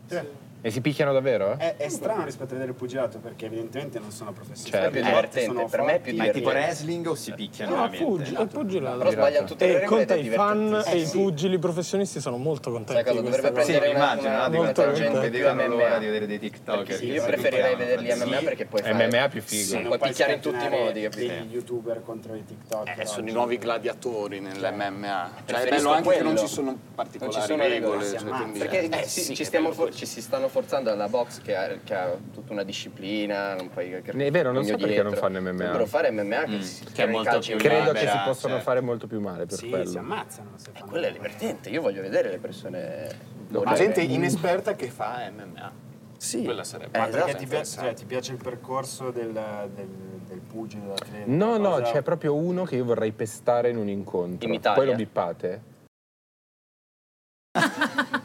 [SPEAKER 3] E si picchiano davvero?
[SPEAKER 2] È, è strano rispetto a vedere il pugilato perché evidentemente non sono professionisti.
[SPEAKER 3] Certo. È più divertente, per me è più
[SPEAKER 1] Ma è tipo wrestling o si picchiano
[SPEAKER 6] Ah,
[SPEAKER 2] No,
[SPEAKER 1] veramente?
[SPEAKER 2] fuggi-
[SPEAKER 6] E pugilato.
[SPEAKER 1] Però sbagliano tutte le
[SPEAKER 6] E
[SPEAKER 1] regole
[SPEAKER 6] conta
[SPEAKER 1] ed è
[SPEAKER 6] i fan
[SPEAKER 1] divertentissimo.
[SPEAKER 6] e
[SPEAKER 1] Eh,
[SPEAKER 6] i
[SPEAKER 1] sì.
[SPEAKER 6] pugili professionisti sono molto contenti.
[SPEAKER 1] Sai cosa
[SPEAKER 6] di
[SPEAKER 1] dovrebbe
[SPEAKER 6] questa
[SPEAKER 1] prendere
[SPEAKER 6] cosa.
[SPEAKER 1] una- Sì, una- immagino, no, di
[SPEAKER 6] Molto
[SPEAKER 1] quanta
[SPEAKER 6] contenti.
[SPEAKER 1] gente vedevano l'ora di vedere dei TikToker che
[SPEAKER 4] Sì, io
[SPEAKER 1] si
[SPEAKER 4] preferirei
[SPEAKER 1] picchiavano
[SPEAKER 4] vederli
[SPEAKER 1] fra di
[SPEAKER 4] MMA
[SPEAKER 1] sé.
[SPEAKER 4] perché puoi
[SPEAKER 1] MMA
[SPEAKER 4] fare
[SPEAKER 3] è più figo.
[SPEAKER 2] non
[SPEAKER 4] puoi
[SPEAKER 2] puoi
[SPEAKER 4] picchiare in tutti i
[SPEAKER 2] scatenare
[SPEAKER 4] modi, capito?
[SPEAKER 2] degli youtuber contro i TikTok. cioè,
[SPEAKER 5] Eh, sono
[SPEAKER 2] oggi.
[SPEAKER 5] i nuovi gladiatori nell'MMA. Cioè, è
[SPEAKER 4] Preferisco
[SPEAKER 5] bello anche che non
[SPEAKER 4] quello.
[SPEAKER 5] ci sono particolari
[SPEAKER 4] Non ci sono regole,
[SPEAKER 5] regole. cioè, quindi-
[SPEAKER 4] perché
[SPEAKER 5] Eh,
[SPEAKER 4] ci,
[SPEAKER 5] sì,
[SPEAKER 4] ci
[SPEAKER 5] è
[SPEAKER 4] stiamo
[SPEAKER 5] bello
[SPEAKER 4] for- ci si stanno forzando alla box che ha, che ha tutta una disciplina. Non puoi,
[SPEAKER 3] È vero, non so perché non fanno MMA.
[SPEAKER 4] Dovrebbero fare MMA che, si,
[SPEAKER 3] Che
[SPEAKER 4] che non calci in
[SPEAKER 3] Credo
[SPEAKER 4] gamba,
[SPEAKER 3] che si
[SPEAKER 4] eh,
[SPEAKER 3] possano
[SPEAKER 4] cioè.
[SPEAKER 3] fare molto più male per
[SPEAKER 4] Sì,
[SPEAKER 3] quello.
[SPEAKER 4] si
[SPEAKER 2] ammazzano se fanno.
[SPEAKER 4] Quello è divertente, io voglio vedere le persone.
[SPEAKER 5] Ma gente inesperta che fa MMA. Sì. Quella sarebbe.
[SPEAKER 2] Ma Eh, perché ti piace, cioè, ti piace il percorso del, del, del pugile? dell'atleta,
[SPEAKER 3] No, no,
[SPEAKER 2] cosa-
[SPEAKER 3] c'è proprio uno che io vorrei pestare in un incontro.
[SPEAKER 2] In Italia?
[SPEAKER 3] Poi lo bippate.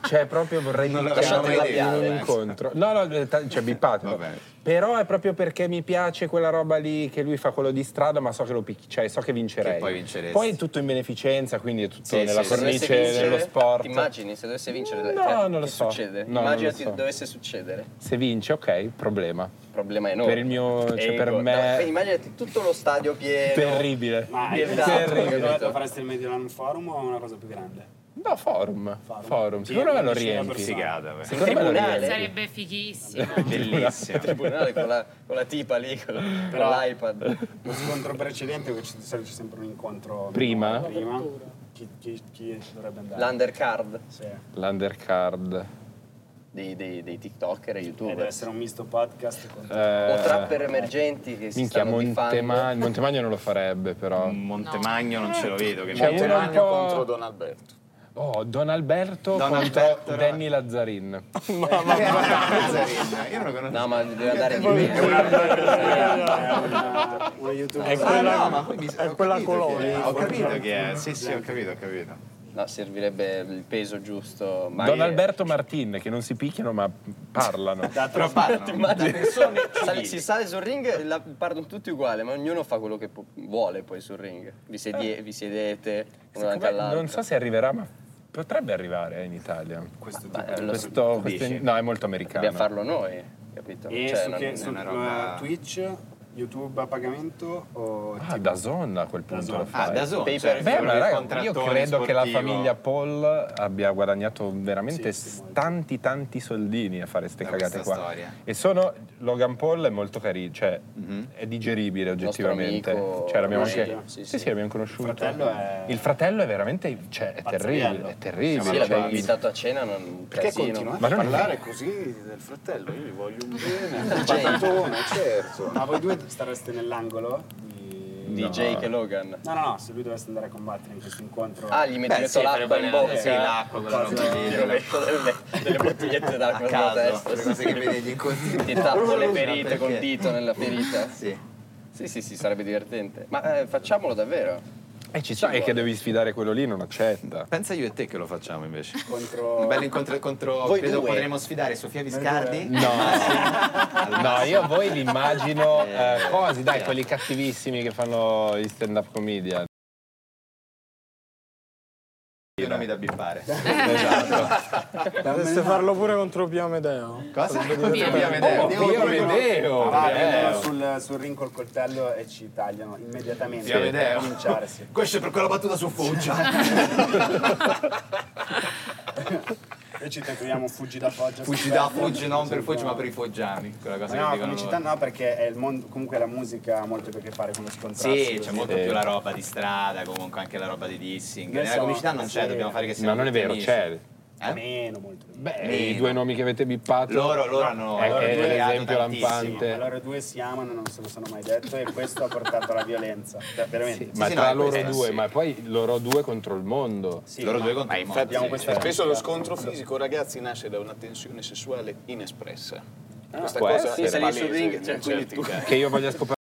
[SPEAKER 3] cioè, proprio vorrei
[SPEAKER 1] Non lo
[SPEAKER 3] picchiarlo
[SPEAKER 1] lasciate
[SPEAKER 3] in un
[SPEAKER 1] labiale.
[SPEAKER 3] incontro. No, no, eh, ta- cioè bippatelo. Però è proprio perché mi piace quella roba lì che lui fa quello di strada, ma so che lo picchi, cioè so che vincerei.
[SPEAKER 1] Che poi vinceresti.
[SPEAKER 3] Poi è tutto in beneficenza, quindi è tutto
[SPEAKER 4] Sì,
[SPEAKER 3] nella
[SPEAKER 4] sì, se dovesse
[SPEAKER 3] cornice
[SPEAKER 4] vincere,
[SPEAKER 3] dello sport.
[SPEAKER 4] Ti immagini se dovesse vincere?
[SPEAKER 3] No,
[SPEAKER 4] cioè,
[SPEAKER 3] non lo
[SPEAKER 4] che
[SPEAKER 3] so.
[SPEAKER 4] Succede?
[SPEAKER 3] No, non lo
[SPEAKER 4] Immaginati
[SPEAKER 3] so.
[SPEAKER 4] dovesse succedere.
[SPEAKER 3] Se vince, ok, problema.
[SPEAKER 4] Problema enorme.
[SPEAKER 3] Per il mio, cioè per
[SPEAKER 4] Ego. No,
[SPEAKER 5] eh,
[SPEAKER 3] me,
[SPEAKER 4] immaginati tutto lo stadio pieno.
[SPEAKER 3] terribile.
[SPEAKER 2] Ma esatto,
[SPEAKER 4] Vietato,
[SPEAKER 2] è
[SPEAKER 4] capito?
[SPEAKER 2] Lo fareste il Mediolanum Forum o una cosa più grande?
[SPEAKER 3] No, forum. Forum. Secondo
[SPEAKER 12] Sì,
[SPEAKER 3] me lo
[SPEAKER 12] vicino a
[SPEAKER 3] riempi.
[SPEAKER 12] Borsigata, beh.
[SPEAKER 3] Secondo me lo riempi.
[SPEAKER 10] Sarebbe fighissimo.
[SPEAKER 3] Bellissimo.
[SPEAKER 5] Al tribunale con la, con la tipa lì, con, con
[SPEAKER 2] Però-
[SPEAKER 5] l'iPad.
[SPEAKER 2] Lo scontro precedente che ci- di solito c'è sempre un incontro
[SPEAKER 3] Prima?
[SPEAKER 2] prima. Chi, chi- chi dovrebbe andare?
[SPEAKER 5] L'undercard.
[SPEAKER 2] Sì.
[SPEAKER 3] L'undercard.
[SPEAKER 5] Dei, dei, dei TikToker e YouTuber.
[SPEAKER 2] Deve essere un misto podcast con
[SPEAKER 3] Eh,
[SPEAKER 5] o trapper emergenti che si
[SPEAKER 3] Minchia,
[SPEAKER 5] stanno
[SPEAKER 3] Montemagno. Montemagno non lo farebbe, però.
[SPEAKER 6] Mm.
[SPEAKER 1] Montemagno non ce lo vedo. Che
[SPEAKER 5] Cioè,
[SPEAKER 3] C'è uno un
[SPEAKER 6] Montemagno
[SPEAKER 3] po'-
[SPEAKER 6] contro Don Alberto.
[SPEAKER 3] Oh, Don Alberto
[SPEAKER 6] Don
[SPEAKER 3] contro
[SPEAKER 6] Alberto,
[SPEAKER 3] Danny Lazzarin.
[SPEAKER 1] Io non lo conosco.
[SPEAKER 5] No, ma deve andare di
[SPEAKER 3] È un
[SPEAKER 2] Ecco,
[SPEAKER 5] mezzo.
[SPEAKER 1] È quella- Ah, no, ma poi mi- è ho quella capito colonna. chi è, ho capito chi è, sì, sì, ho
[SPEAKER 5] capito, ho capito. No, servirebbe il peso giusto. Ma
[SPEAKER 3] Don Alberto Martin, che non si picchiano ma parlano.
[SPEAKER 5] Però ti immagini che sono- sali- si sale sul ring, la, partono tutti uguali, ma ognuno fa quello che pu- vuole poi sul ring. Vi, sedie- vi siedete uno davanti
[SPEAKER 3] Come-
[SPEAKER 5] all'altro.
[SPEAKER 3] Eh. non so se arriverà, ma potrebbe arrivare eh, in Italia. Questo,
[SPEAKER 5] lo-
[SPEAKER 3] questo,
[SPEAKER 5] dici?
[SPEAKER 3] no, è molto americano.
[SPEAKER 5] Dobbiamo farlo noi, capito?
[SPEAKER 2] E
[SPEAKER 5] Cioè,
[SPEAKER 2] su,
[SPEAKER 5] non-
[SPEAKER 2] che-
[SPEAKER 5] non è
[SPEAKER 2] su,
[SPEAKER 5] una roba-
[SPEAKER 2] eh, Twitch, YouTube a pagamento o
[SPEAKER 3] Ah, da zona a quel punto
[SPEAKER 2] DAZN.
[SPEAKER 3] lo fai.
[SPEAKER 2] Ah, DAZN,
[SPEAKER 3] Beh,
[SPEAKER 2] cioè,
[SPEAKER 3] ma
[SPEAKER 2] quello che
[SPEAKER 3] raga, io
[SPEAKER 2] contrattore
[SPEAKER 3] credo che la
[SPEAKER 2] sportivo.
[SPEAKER 3] famiglia Paul abbia guadagnato veramente tanti tanti soldini a fare ste
[SPEAKER 1] Da
[SPEAKER 3] cagate
[SPEAKER 1] questa
[SPEAKER 3] qua.
[SPEAKER 1] storia.
[SPEAKER 3] E sono Logan Paul è molto carino, cioè è digeribile oggettivamente.
[SPEAKER 1] amico
[SPEAKER 3] cioè l'abbiamo anche
[SPEAKER 1] Luigi.
[SPEAKER 3] Sì, sì, l'abbiamo conosciuto. Il
[SPEAKER 1] fratello è-
[SPEAKER 3] Il fratello è veramente cioè, è terribile, è terribile.
[SPEAKER 5] Sì,
[SPEAKER 3] cioè,
[SPEAKER 5] l'abbiamo
[SPEAKER 3] il-
[SPEAKER 5] invitato a cena, non
[SPEAKER 6] Perché
[SPEAKER 5] casino.
[SPEAKER 6] continuate
[SPEAKER 3] Ma
[SPEAKER 6] a
[SPEAKER 3] non è-
[SPEAKER 6] parlare così del fratello? Io vi voglio un bene, un
[SPEAKER 5] Gente.
[SPEAKER 6] patatone, certo.
[SPEAKER 2] Ma voi due stareste nell'angolo?
[SPEAKER 5] Di
[SPEAKER 2] No.
[SPEAKER 5] Jake e Logan.
[SPEAKER 2] No, no, no, se lui dovesse andare a combattere in questo incontro...
[SPEAKER 5] Ah, gli metti dentro l'acqua in bocca.
[SPEAKER 2] Quasi
[SPEAKER 5] Gli rovescio delle, delle bottigliette d'acqua
[SPEAKER 1] A
[SPEAKER 5] sulla
[SPEAKER 1] caso,
[SPEAKER 5] testa.
[SPEAKER 1] le cose che vedi agli incontri.
[SPEAKER 5] Ti tappo le
[SPEAKER 1] Ma
[SPEAKER 5] ferite
[SPEAKER 1] perché?
[SPEAKER 5] col dito nella ferita. Sì. Sì, sì, sì, sarebbe divertente. Ma eh, facciamolo davvero.
[SPEAKER 3] E eh, ci sta, è che devi sfidare quello lì, non accetta.
[SPEAKER 1] Pensa io e te che lo facciamo invece.
[SPEAKER 2] Contro...
[SPEAKER 1] Un bel incontro contro...
[SPEAKER 2] Voi
[SPEAKER 1] credo
[SPEAKER 2] due?
[SPEAKER 1] potremmo sfidare Sofia Viscardi.
[SPEAKER 3] No, no, io a voi vi immagino eh, cosi, dai, quelli cattivissimi che fanno gli stand-up comedian.
[SPEAKER 1] Io non mi da bippare.
[SPEAKER 13] Dovreste farlo pure contro Piamedeo.
[SPEAKER 1] Cosa?
[SPEAKER 3] Oh,
[SPEAKER 2] Vedeo,
[SPEAKER 13] Dio Amedeo,
[SPEAKER 5] Eh.
[SPEAKER 13] Amedeo.
[SPEAKER 2] Ah, sul, sul ring col coltello e ci tagliano immediatamente.
[SPEAKER 1] Dio Amedeo.
[SPEAKER 2] Per cominciare, sì.
[SPEAKER 1] Questo è per quella battuta su Foggia.
[SPEAKER 2] Noi ci tatuiamo Fuggi da Foggia. sul
[SPEAKER 1] Fuggi da
[SPEAKER 2] petto.
[SPEAKER 1] Foggia, non per
[SPEAKER 2] Sì,
[SPEAKER 1] Foggia,
[SPEAKER 2] no.
[SPEAKER 1] ma per i foggiani. Quella cosa
[SPEAKER 2] Ma
[SPEAKER 1] che
[SPEAKER 2] no,
[SPEAKER 1] dicono
[SPEAKER 2] comicità
[SPEAKER 1] loro.
[SPEAKER 2] no, perché è il mondo, comunque la musica ha molto a che fare con lo scontrarsi.
[SPEAKER 1] Sì, c'è
[SPEAKER 2] così.
[SPEAKER 1] molto più la roba di strada, comunque anche la roba di dissing.
[SPEAKER 2] Noi
[SPEAKER 1] Nella
[SPEAKER 2] siamo-
[SPEAKER 1] comicità non c'è,
[SPEAKER 2] sì.
[SPEAKER 1] dobbiamo fare che
[SPEAKER 2] Ma
[SPEAKER 1] siamo
[SPEAKER 3] non è
[SPEAKER 1] tutti
[SPEAKER 3] vero, cioè,
[SPEAKER 1] amici.
[SPEAKER 3] c'è.
[SPEAKER 1] Eh?
[SPEAKER 2] Meno, molto meno.
[SPEAKER 3] Beh,
[SPEAKER 1] Meno.
[SPEAKER 3] i due nomi che avete bippato.
[SPEAKER 1] Loro- loro hanno-
[SPEAKER 3] È,
[SPEAKER 1] loro
[SPEAKER 3] è
[SPEAKER 1] due hanno
[SPEAKER 3] l'esempio
[SPEAKER 1] tantissimo,
[SPEAKER 3] lampante.
[SPEAKER 2] Allora due si amano, non se lo sono mai detto, e questo ha portato alla violenza. Cioè, veramente.
[SPEAKER 3] Ma tra loro due, ma poi loro due contro il mondo.
[SPEAKER 2] Loro ma- due contro ma il mondo, infatti abbiamo sì, questa- cioè.
[SPEAKER 6] Spesso lo scontro fisico, ragazzi, nasce da una tensione sessuale inespressa. Questa
[SPEAKER 3] può
[SPEAKER 6] cosa
[SPEAKER 3] essere.
[SPEAKER 6] è
[SPEAKER 3] Salì sul
[SPEAKER 6] palese
[SPEAKER 3] ring,
[SPEAKER 6] in
[SPEAKER 3] cioè,
[SPEAKER 6] certi
[SPEAKER 3] quindi tu-
[SPEAKER 6] casi.
[SPEAKER 3] Che io voglia scoprire.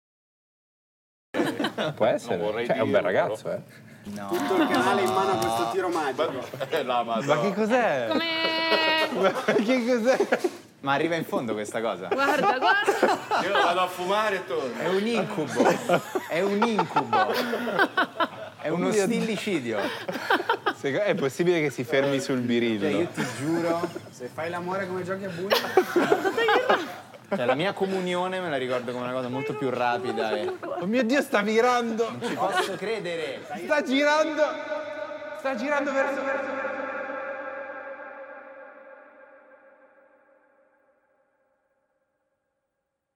[SPEAKER 3] Può essere.
[SPEAKER 6] vorrei
[SPEAKER 3] Cioè, è un bel
[SPEAKER 6] dirlo,
[SPEAKER 3] ragazzo, eh.
[SPEAKER 2] Tutto il canale in mano a questo tiro magico.
[SPEAKER 3] Ma che cos'è? che cos'è?
[SPEAKER 1] Ma arriva in fondo questa cosa.
[SPEAKER 10] Guarda, guarda.
[SPEAKER 12] Io vado a fumare e torno.
[SPEAKER 1] È un incubo. È un incubo. È
[SPEAKER 3] Oh
[SPEAKER 1] uno stillicidio.
[SPEAKER 3] Secondo- È possibile che si fermi sul birillo.
[SPEAKER 2] Ti giuro, se fai l'amore come giochi a buio...
[SPEAKER 1] Cioè, la mia comunione me la ricordo come una cosa molto più rapida. E...
[SPEAKER 3] Oh mio Dio, sta virando!
[SPEAKER 1] Non ci posso credere.
[SPEAKER 3] Sta girando! Sta girando verso, verso, verso.